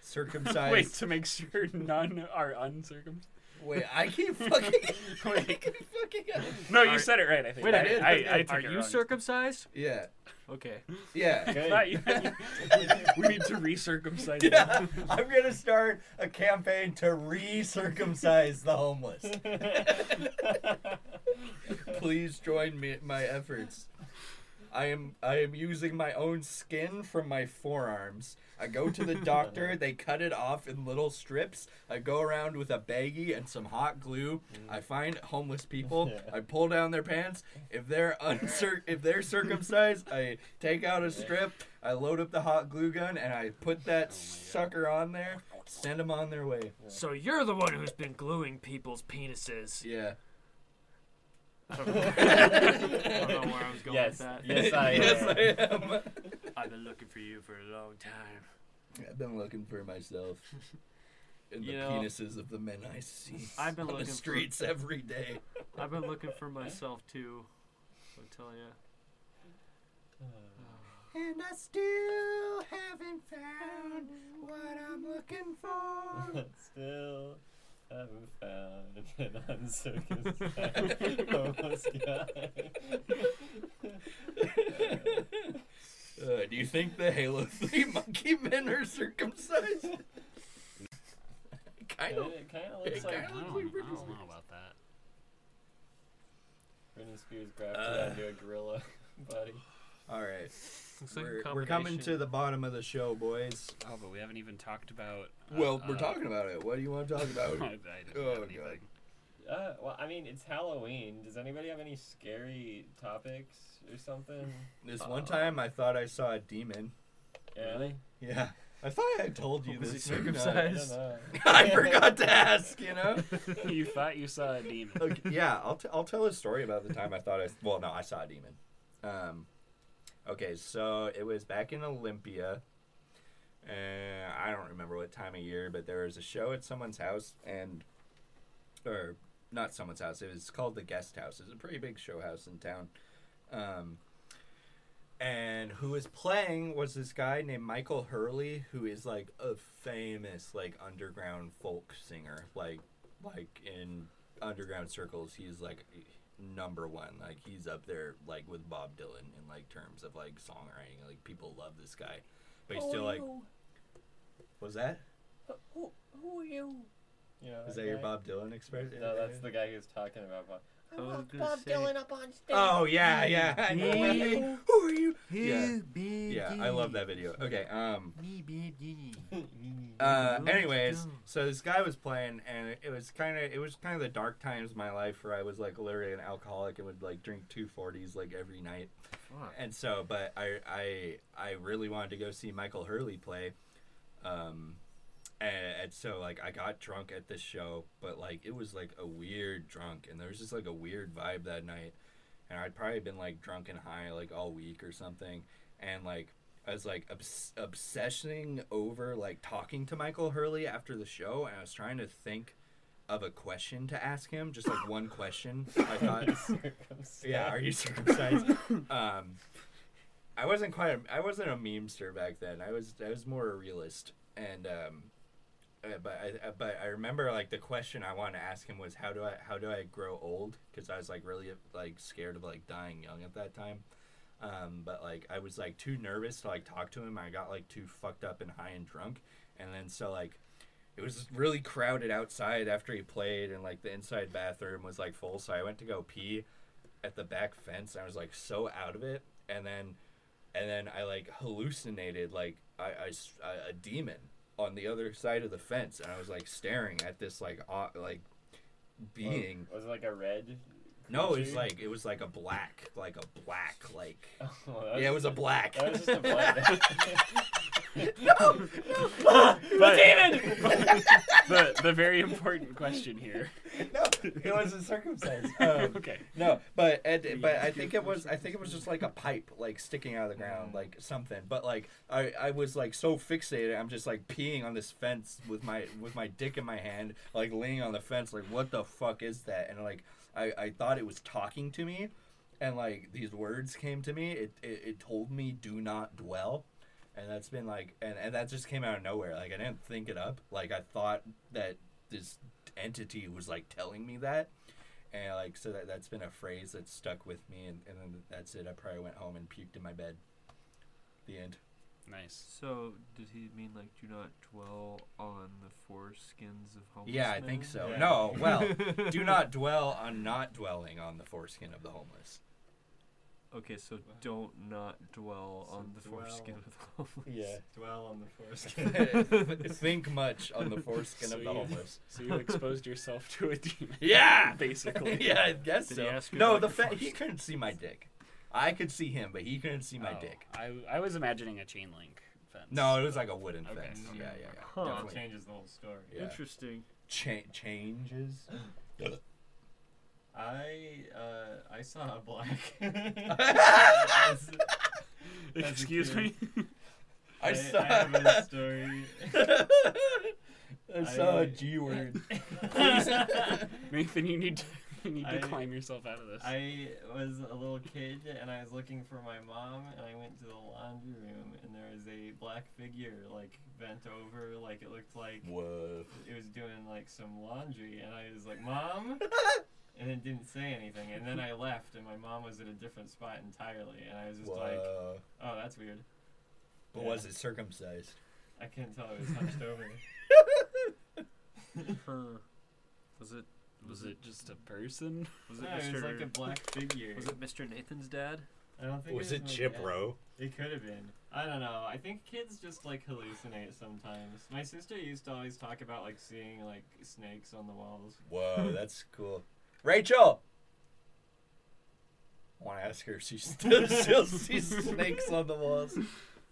Circumcised.
Wait, to make sure none are uncircumcised?
Wait, I keep fucking. I keep fucking.
No, you
Are-
said it right, I think.
Wait,
I,
I did,
I,
I did.
I took
Are
it
you
wrong.
circumcised?
Yeah.
Okay.
Yeah.
Good.
Not you. we need to recircumcise you.
Yeah, I'm gonna start a campaign to re-circumcise the homeless.
Mm.
Please join me my efforts. I am I am using my own skin from my forearms. I go to the doctor, they cut it off in little strips. I go around with a baggie and some hot glue. I find homeless people.
Yeah.
I pull down their pants. If they're uncir- if they're circumcised, I take out a strip. I load up the hot glue gun and I put that sucker on there. Send them on their way.
So you're the one who's been gluing people's penises.
Yeah.
I don't know, I don't know where I was going
Yes.
with that.
Yes, I am.
yes, I am.
I've been looking for you for a long time.
I've been looking for myself in the
You know,
penises of the men I see
I've been
on
looking
the
for-
streets every day.
I've been looking for myself too. I tell you.
And I still haven't found what I'm looking for.
Still haven't found an uncircumcised homeless guy.
Uh, do you think the Halo 3 monkey men are circumcised?
It,
kind of.
kind of
it
looks like
I
kinda looks like
don't, I don't
Britney Spears.
know about that.
Britney Spears grafted
Uh.
onto a gorilla body.
All right.
Looks like a
We're, we're coming to
combination.
the bottom of the show, boys.
Oh, but we haven't even talked about. uh,
well, we're
uh,
talking about it. What do you want to talk
I,
about?
I didn't
Oh,
have
God.
anything.
Uh, well, I mean, it's Halloween. Does anybody have any scary topics or something?
this one time I thought I saw a demon.
Yeah.
Yeah. I thought I told you
Was he
this. didn't I?
I don't
circumcised?
know.
I forgot to ask, you know?
you thought you saw a demon.
Okay, yeah, I'll, t- I'll tell a story about the time I thought I. Well, no, I saw a demon. Um, okay, so it was back in Olympia. And I don't remember what time of year, but there was a show at someone's house, and. Or not someone's house. It was called The Guest House. It's a pretty big show house in town. Um, and who was playing was this guy named Michael Hurley, who is like a famous like underground folk singer, like like in underground circles, he's like number one. Like he's up there like with Bob Dylan in like terms of like songwriting. Like people love this guy, but he's still like, was that
You know,
is that your Bob Dylan expression?
No, that's the guy who's talking about Bob.
I was gonna say.
up on stage.
Oh yeah, yeah. I know.
Yeah.
Who are you? Yeah.
Who bid
Yeah, I love
ye?
that video. Okay, um.
Me bid ye.
Uh,
Let's
anyways,
go.
so this guy was playing, and it was kind of it was kind of the dark times of my life where I was like literally an alcoholic and would like drink two forties like every night.
Fuck.
And so, but I I I really wanted to go see Michael Hurley play, um, and, and so like I got drunk at this show, but like it was like a weird drunk, and there was just like a weird vibe that night, and I'd probably been like drunk and high like all week or something, and like I was like obs- obsessing over like talking to Michael Hurley after the show, and I was trying to think of a question to ask him, just like one question. I thought.
Circumcised.
Yeah, are you circumcised? um, I wasn't quite. A, I wasn't a memester back then. I was. I was more a realist. And um, uh, but I, uh, but I remember like the question I wanted to ask him was how do I how do I grow old? Because I was like really like scared of like dying young at that time. Um, but like I was like too nervous to like talk to him. I got like too fucked up and high and drunk, and then so like it was really crowded outside after he played, and like the inside bathroom was like full. So I went to go pee at the back fence. And I was like so out of it, and then and then I like hallucinated like I, I s- I- a demon on the other side of the fence, and I was like staring at this like aw- like being.
Was it like a red?
No, it was
creature?
like it was like a black, like a black, like
Oh, well, that
yeah, it was
just
a black.
That was just a black.
But, demon! the, the very important question here.
no, it wasn't circumcised. Um,
Okay.
no, but and, but I think it was I think it was just like a pipe like sticking out of the ground like something. But like I, I was like so fixated, I'm just like peeing on this fence with my with my dick in my hand, like laying on the fence, like what the fuck is that? And like I, I thought it was talking to me, and like these words came to me. It it, it told me do not dwell. And that's been like, and, and that just came out of nowhere. Like, I didn't think it up. Like, I thought that this entity was like telling me that and like so that that's been a phrase that stuck with me and, and then that's it i probably went home and puked in my bed the end
Nice.
So did he mean like do not dwell on the foreskins of homeless
yeah i think
men?
so
Yeah.
no well do not dwell on not dwelling on the foreskin of the homeless
Okay, so don't not dwell on the
dwell.
foreskin of the
Yeah.
homeless.
Dwell on the foreskin.
Think much on the foreskin
So
of
you-
the homeless.
So you exposed yourself to a demon.
Yeah.
Basically.
yeah, I guess
Did he
so.
ask you
no,
about
the
your
fa-
foreskin?
he couldn't see my dick. I could see him, but he couldn't see my
Oh,
dick.
I, I was imagining a chain link fence.
No, it was like a wooden
Okay.
fence.
Okay.
Yeah, yeah, yeah.
Huh.
That
Definitely.
changes the whole story.
Yeah.
Interesting.
Cha- changes.
I uh, I saw a black. As- That's
Excuse me.
I saw.
I have a story.
I saw
I-
a G word.
Nathan, you need to, you need to
I-
climb yourself out of this.
I was a little kid and I was looking for my mom and I went to the laundry room and there was a black figure like bent over like it looked like
Whoa.
it was doing like some laundry and I was like, Mom and it didn't say anything and then I left and my mom was at a different spot entirely and I was just like,
Whoa.
Oh, that's weird.
But
Yeah.
was it circumcised?
I couldn't tell it was hunched over.
Huh. Was it
was it just a person?
was it
No, it
Mr.
was like a black figure.
was it Mr. Nathan's dad?
I don't think
Was it
my dad.
Chipro?
It could have been. I don't know. I think kids just like hallucinate sometimes. My sister used to always talk about like seeing like snakes on the walls.
Whoa, that's cool. Rachel! I want to ask her if she still, still sees snakes on the walls.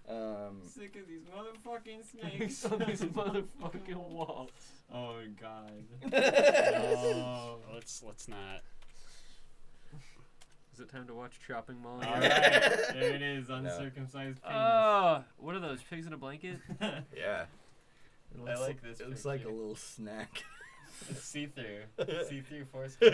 Um,
Sick of these motherfucking snakes
on these motherfucking walls.
Oh god. no.
Let's let's not.
Is it time to watch Chopping Mall?
All right, there it is. Uncircumcised
Oh, what are those pigs in a blanket?
penis.
yeah. It
I like this.
It looks
picture.
like a little snack.
It's see-through. see-through foreskin.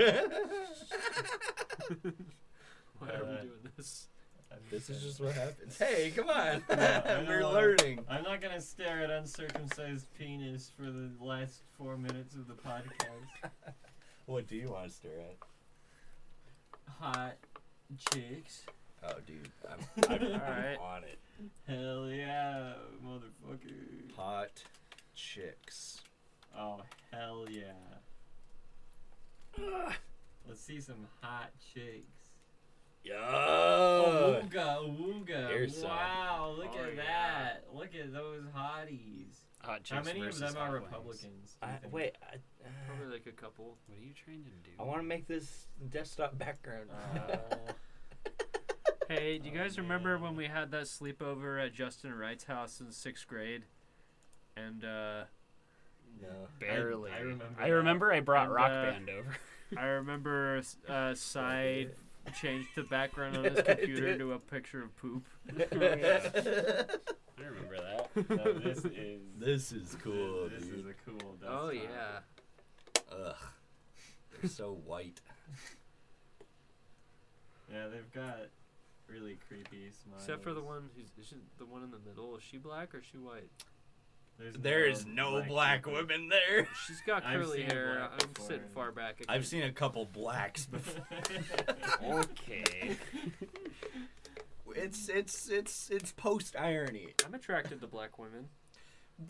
Why are
Uh,
we doing this?
I'm
this is
kidding.
just what happens. Hey, come on.
I
We're
don't wanna-
learning.
I'm not gonna stare at uncircumcised penis for the last four minutes of the podcast.
What do you want to stare at?
hot chicks.
Oh, dude. I'm, I'm, I'm
Alright.
on it.
Hell yeah, motherfucker.
Hot chicks.
Oh, hell yeah. Let's see some hot chicks.
Yo!
Awooga, awooga.
Here's some.
Wow, look
Oh,
at
yeah.
that. Look at those hotties.
Hot
How
chicks
many of
versus
them
hot
are
wings.
Republicans? do you
I,
think?
wait, I, uh,
Probably like a couple.
What are you trying to do?
I want to make this desktop background.
Oh.
Hey, do you guys remember when
man.
we had that sleepover at Justin Wright's house in sixth grade? And uh,
no.
Barely.
I remember
I
that.
remember I brought
And,
Rock
uh,
Band over.
I remember uh, Cy changed the background on his computer to a picture of poop.
I remember that.
No, this is.
This is cool,
This is
dude.
a cool desktop.
Oh yeah.
Ugh. They're so white.
Yeah, they've got really creepy smiles.
Except for the one who's isn't the one in the middle. Is she black or is she white?
There's
There is no black
people.
women there.
She's got
I've
curly
seen her
hair.
black
I'm
before
sitting
and-
far back. Again.
I've seen a couple blacks before.
okay.
it's it's it's it's post irony.
I'm attracted to black women.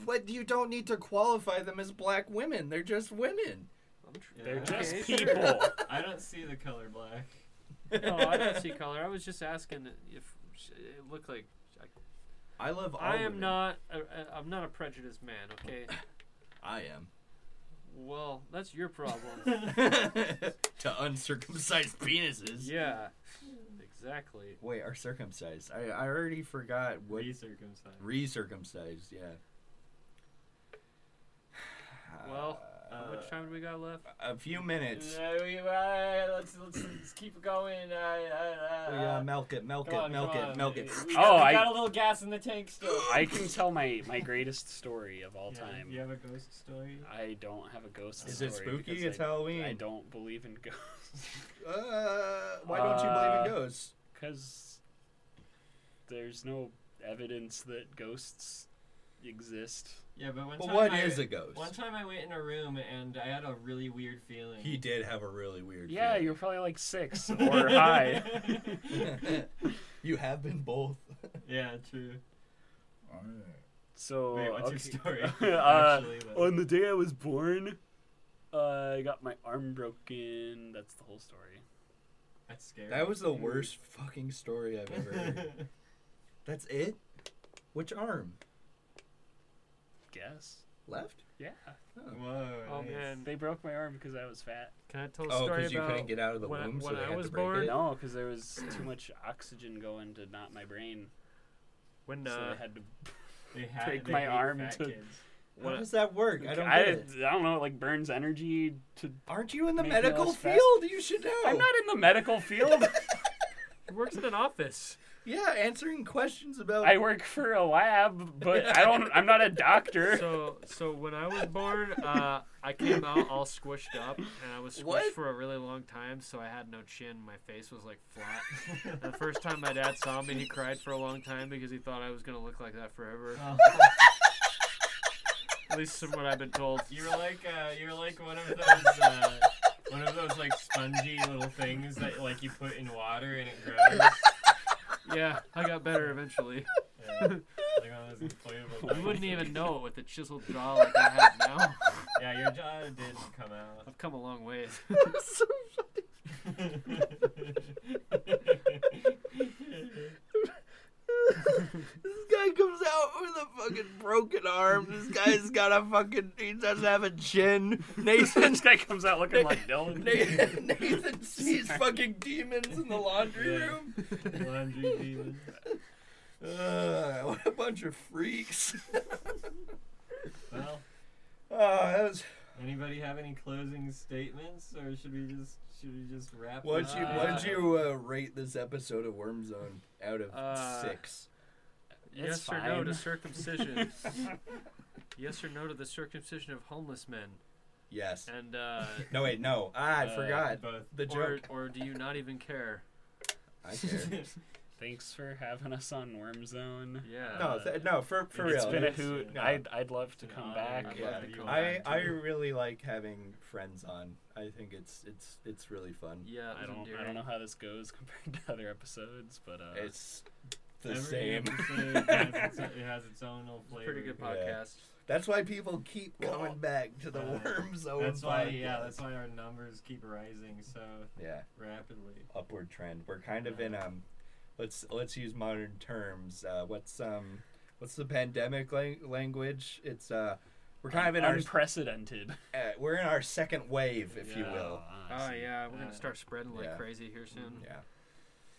But you don't need to qualify them as black women. They're just women.
I'm tr-
Yeah.
They're just
Okay, sure.
people.
I don't see the color black.
no, I don't see color. I was just asking if sh- it looked like.
I love all
I am
women.
not. A, a, I'm not a prejudiced man. Okay.
I am.
Well, that's your problem.
to uncircumcised penises.
yeah. Exactly.
Wait, are circumcised? I, I already forgot what
Recircumcised.
recircumcised. Yeah.
Well, How
Uh,
much time do we got left?
a few minutes.
Yeah, we, uh, let's, let's let's keep going. Uh, uh,
We
uh,
gotta Oh, milk it, milk
come
it,
on,
milk
come
it,
on.
milk it.
We,
Oh,
got, we
I-
got a little gas in the tank still.
I can tell my my greatest story of all
Yeah,
time. Uh,
You have a ghost story?
I don't have a ghost
Is
story.
it spooky?
because
It's
I,
Halloween.
I don't believe in ghosts
Uh, why don't you
Uh,
believe in ghosts?
because there's no evidence that ghosts exist.
Yeah, but one
But
time
what
I,
is a
One
ghost?
time I went in a room and I had a really weird feeling.
He did have a really weird.
Yeah, you're probably like six or high.
feeling. you have been both.
yeah, true.
So
Wait, what's
Oh, okay.
your story?
uh,
actually, but-
on the day I was born, uh, I got my arm broken. That's the whole story.
That's scary.
That was the worst fucking story I've ever heard. That's it? Which arm?
Guess.
Left?
Yeah.
Whoa.
Oh
nice.
man,
They broke my arm because I was fat.
can I tell a
Oh,
story
because you
about
couldn't get out of the
when I-
womb, so
when
they
I
had
was
to break
born-
it.
No, because there was too much oxygen going to not my brain,
when
so
uh,
they had to.
They ha-
Take
they
my
hate
arm
fat
to-
kids.
How
when I-
does that work? I don't
I,
get it.
I don't know. It like burns energy to.
Aren't you in the
Make
medical
less fat?
field? You should know.
I'm not in the medical field.
he works in an office.
Yeah, answering questions about.
I work for a lab, but I don't. I'm not a doctor.
So so when I was born, uh, I came out all squished up, and I was squished
What?
for a really long time, so I had no chin. My face was like flat. And the first time my dad saw me, he cried for a long time because he thought I was gonna look like that forever. At least from what I've been told.
You were like uh, you were like one of those uh, one of those like spongy little things that like you put in water and it grows.
Yeah, I got better eventually.
Yeah. Like one of those inflatable
You
things.
wouldn't even know it with the chiseled jaw like I have now.
Yeah, your jaw did come out.
I've come a long ways.
so funny. This guy comes out with a fucking broken arm. This guy's got a fucking. He doesn't have a chin. Nathan.
this guy comes out looking like Dylan.
Nathan, Nathan sees fucking demons in the laundry
Yeah.
room.
Laundry demon.
Ugh, what a bunch of freaks.
Well,
oh, that was.
anybody have any closing statements, or should we just should we just wrap?
What'd
this
you,
up?
what'd you uh, rate this episode of Worm Zone out of
Uh,
six?
yes
It's
or no to
fine.
circumcision. yes or no to the circumcision of homeless men.
Yes.
And uh,
No, wait, no. Ah, I
Uh,
forgot.
both.
The
or,
joke.
or do you not even care?
I care.
Thanks for having us on Worm Zone.
Yeah.
No, th- no, for, for
It's
real.
been a
It's-
hoot.
No.
I'd, I'd love to come
No,
back.
I'd
yeah.
love to come
I,
back,
I
too.
really like having friends on. I think it's it's it's really fun.
yeah. it
I
was
don't I
endearing.
don't know how this goes compared to other episodes, but uh,
It's the
Every
same.
episode has its, it has its own little flavor.
Pretty good
Yeah.
podcast.
That's why people keep coming back to the
Uh,
Worm Zone.
That's why,
podcast.
yeah, that's why our numbers keep rising so
yeah.
rapidly.
upward trend. We're kind of in um, let's let's use modern terms. Uh, what's um, what's the pandemic lang- language? It's uh, we're kind of in our
unprecedented.
uh, we're in our second wave, if you
Yeah.
will.
Ah,
Oh yeah, we're
Yeah. Mm,
gonna start spreading like
Yeah.
crazy here soon.
Yeah.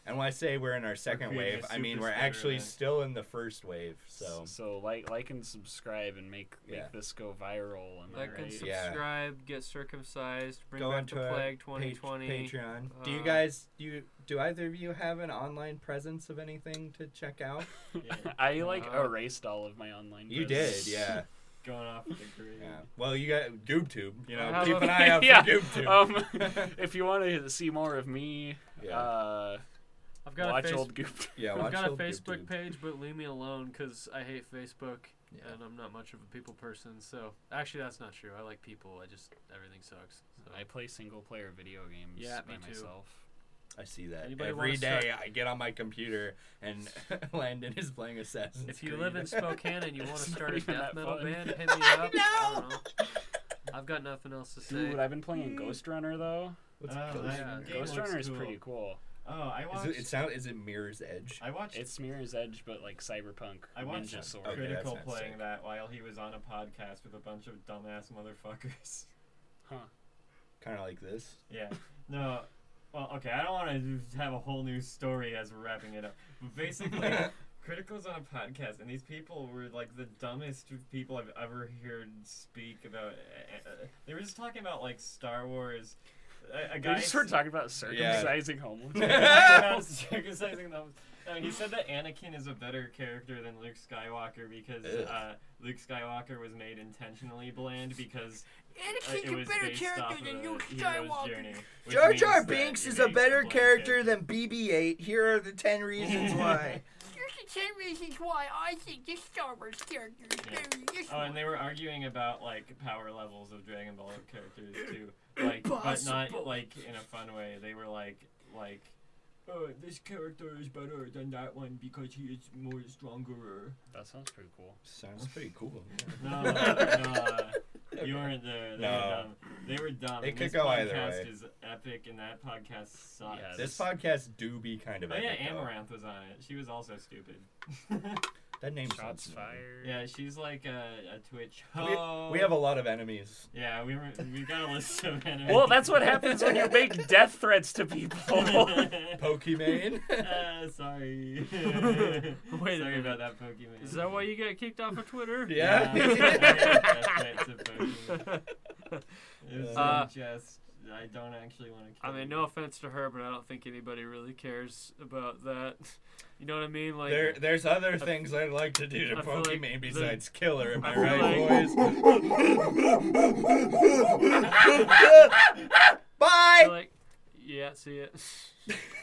And when I say we're in our second
creating
wave,
a
I mean
super
we're
spreader
actually
event.
still in the first wave. So
So, so like, like, and subscribe, and make make
Yeah.
this go viral. Am
Like
I
and
right?
Yeah.
subscribe, get circumcised, bring
go
back
onto
the
our
plague
pa-
2020.
Patreon. do you
Uh,
guys do you, do either of you have an online presence of anything to check out?
Yeah,
I like
Uh,
erased all of my online.
You did,
presence.
yeah.
going off the grid.
yeah. Well, you got YouTube. You know,
How
keep
about-
an eye out for
Yeah.
YouTube.
um, if you want to see more of me,
Yeah.
uh,
I've got
watch
a face-
old Goop.
yeah,
I've
watch
got a
old
Facebook
YouTube.
page, but leave me alone because I hate Facebook
Yeah.
and I'm not much of a people person. So actually, that's not true. I like people. I just everything sucks. So.
I play single player video games
Yeah,
by
me too.
myself.
I see that
Anybody
every
wanna
day.
start-
I get on my computer and Landon is playing Assassin's
If you
Creed.
live in Spokane and you want
It's
to
not
start a
even
death
that
metal
fun.
band, hit me up. I don't know. I've got nothing else to say.
Dude, I've been playing Ghost Runner though.
What's
Oh,
Ghost
that
Runner?
game
Ghost
looks
Runner is
cool.
pretty cool.
Oh, I
Is
watched.
it, it sound is it Mirror's Edge?
I watched.
It's Mirror's Edge, but like cyberpunk
I watched
ninja Oh,
a
sword.
Okay, that's
Critical
not
playing
sick.
that while he was on a podcast with a bunch of dumbass motherfuckers.
Kind of like this.
yeah. No. Well, okay. I don't want to have a whole new story as we're wrapping it up. But basically, Critical's on a podcast, and these people were like the dumbest people I've ever heard speak about. Uh, uh, they were just talking about like Star Wars. A, a
They
guy
just started
s-
talking about circumcising homeless.
about circumcising them. I mean, he said that Anakin is a better character than Luke Skywalker because
Ugh.
uh, Luke Skywalker was made intentionally bland because uh, it was based off of a hero's journey. which
Jar
means
Jar
that
Binks
it
is a
makes
better
bland
character than BB-8. Here are the ten reasons why.
Oh, and they were arguing about like power levels of Dragon Ball characters too, like but not like in a fun way. They were like like oh, this character is better than that one because he is more stronger.
That sounds pretty cool.
Sounds pretty cool.
No, no, you weren't there. They were
No.
dumb. They were dumb.
It
and
could
this
go
podcast
either way.
is epic, and that podcast sucks.
Yeah,
This podcast do be kind of.
Oh yeah,
epic, though.
Amaranth was on it. She was also stupid.
That name
Shots
sounds-
fired.
yeah, she's like a, a Twitch
We,
hoe.
we have a lot of enemies.
yeah, we were, we got a list of anime.
Well, that's what happens when you make death threats to people.
Pokimane.
uh, sorry.
Wait a
sorry
minute.
about that Pokemon.
Is that why you got kicked off of Twitter?
yeah.
that's a Pokemon. It was
Uh,
just I don't actually want to.
I mean, no offense to her, but I don't think anybody really cares about that. You know what I mean? Like,
There, there's other things I'd like to do to
I feel like
Pokimane
the-
besides kill her. Am I,
I feel
right, boys?
I feel
Bye.
like yeah, see it.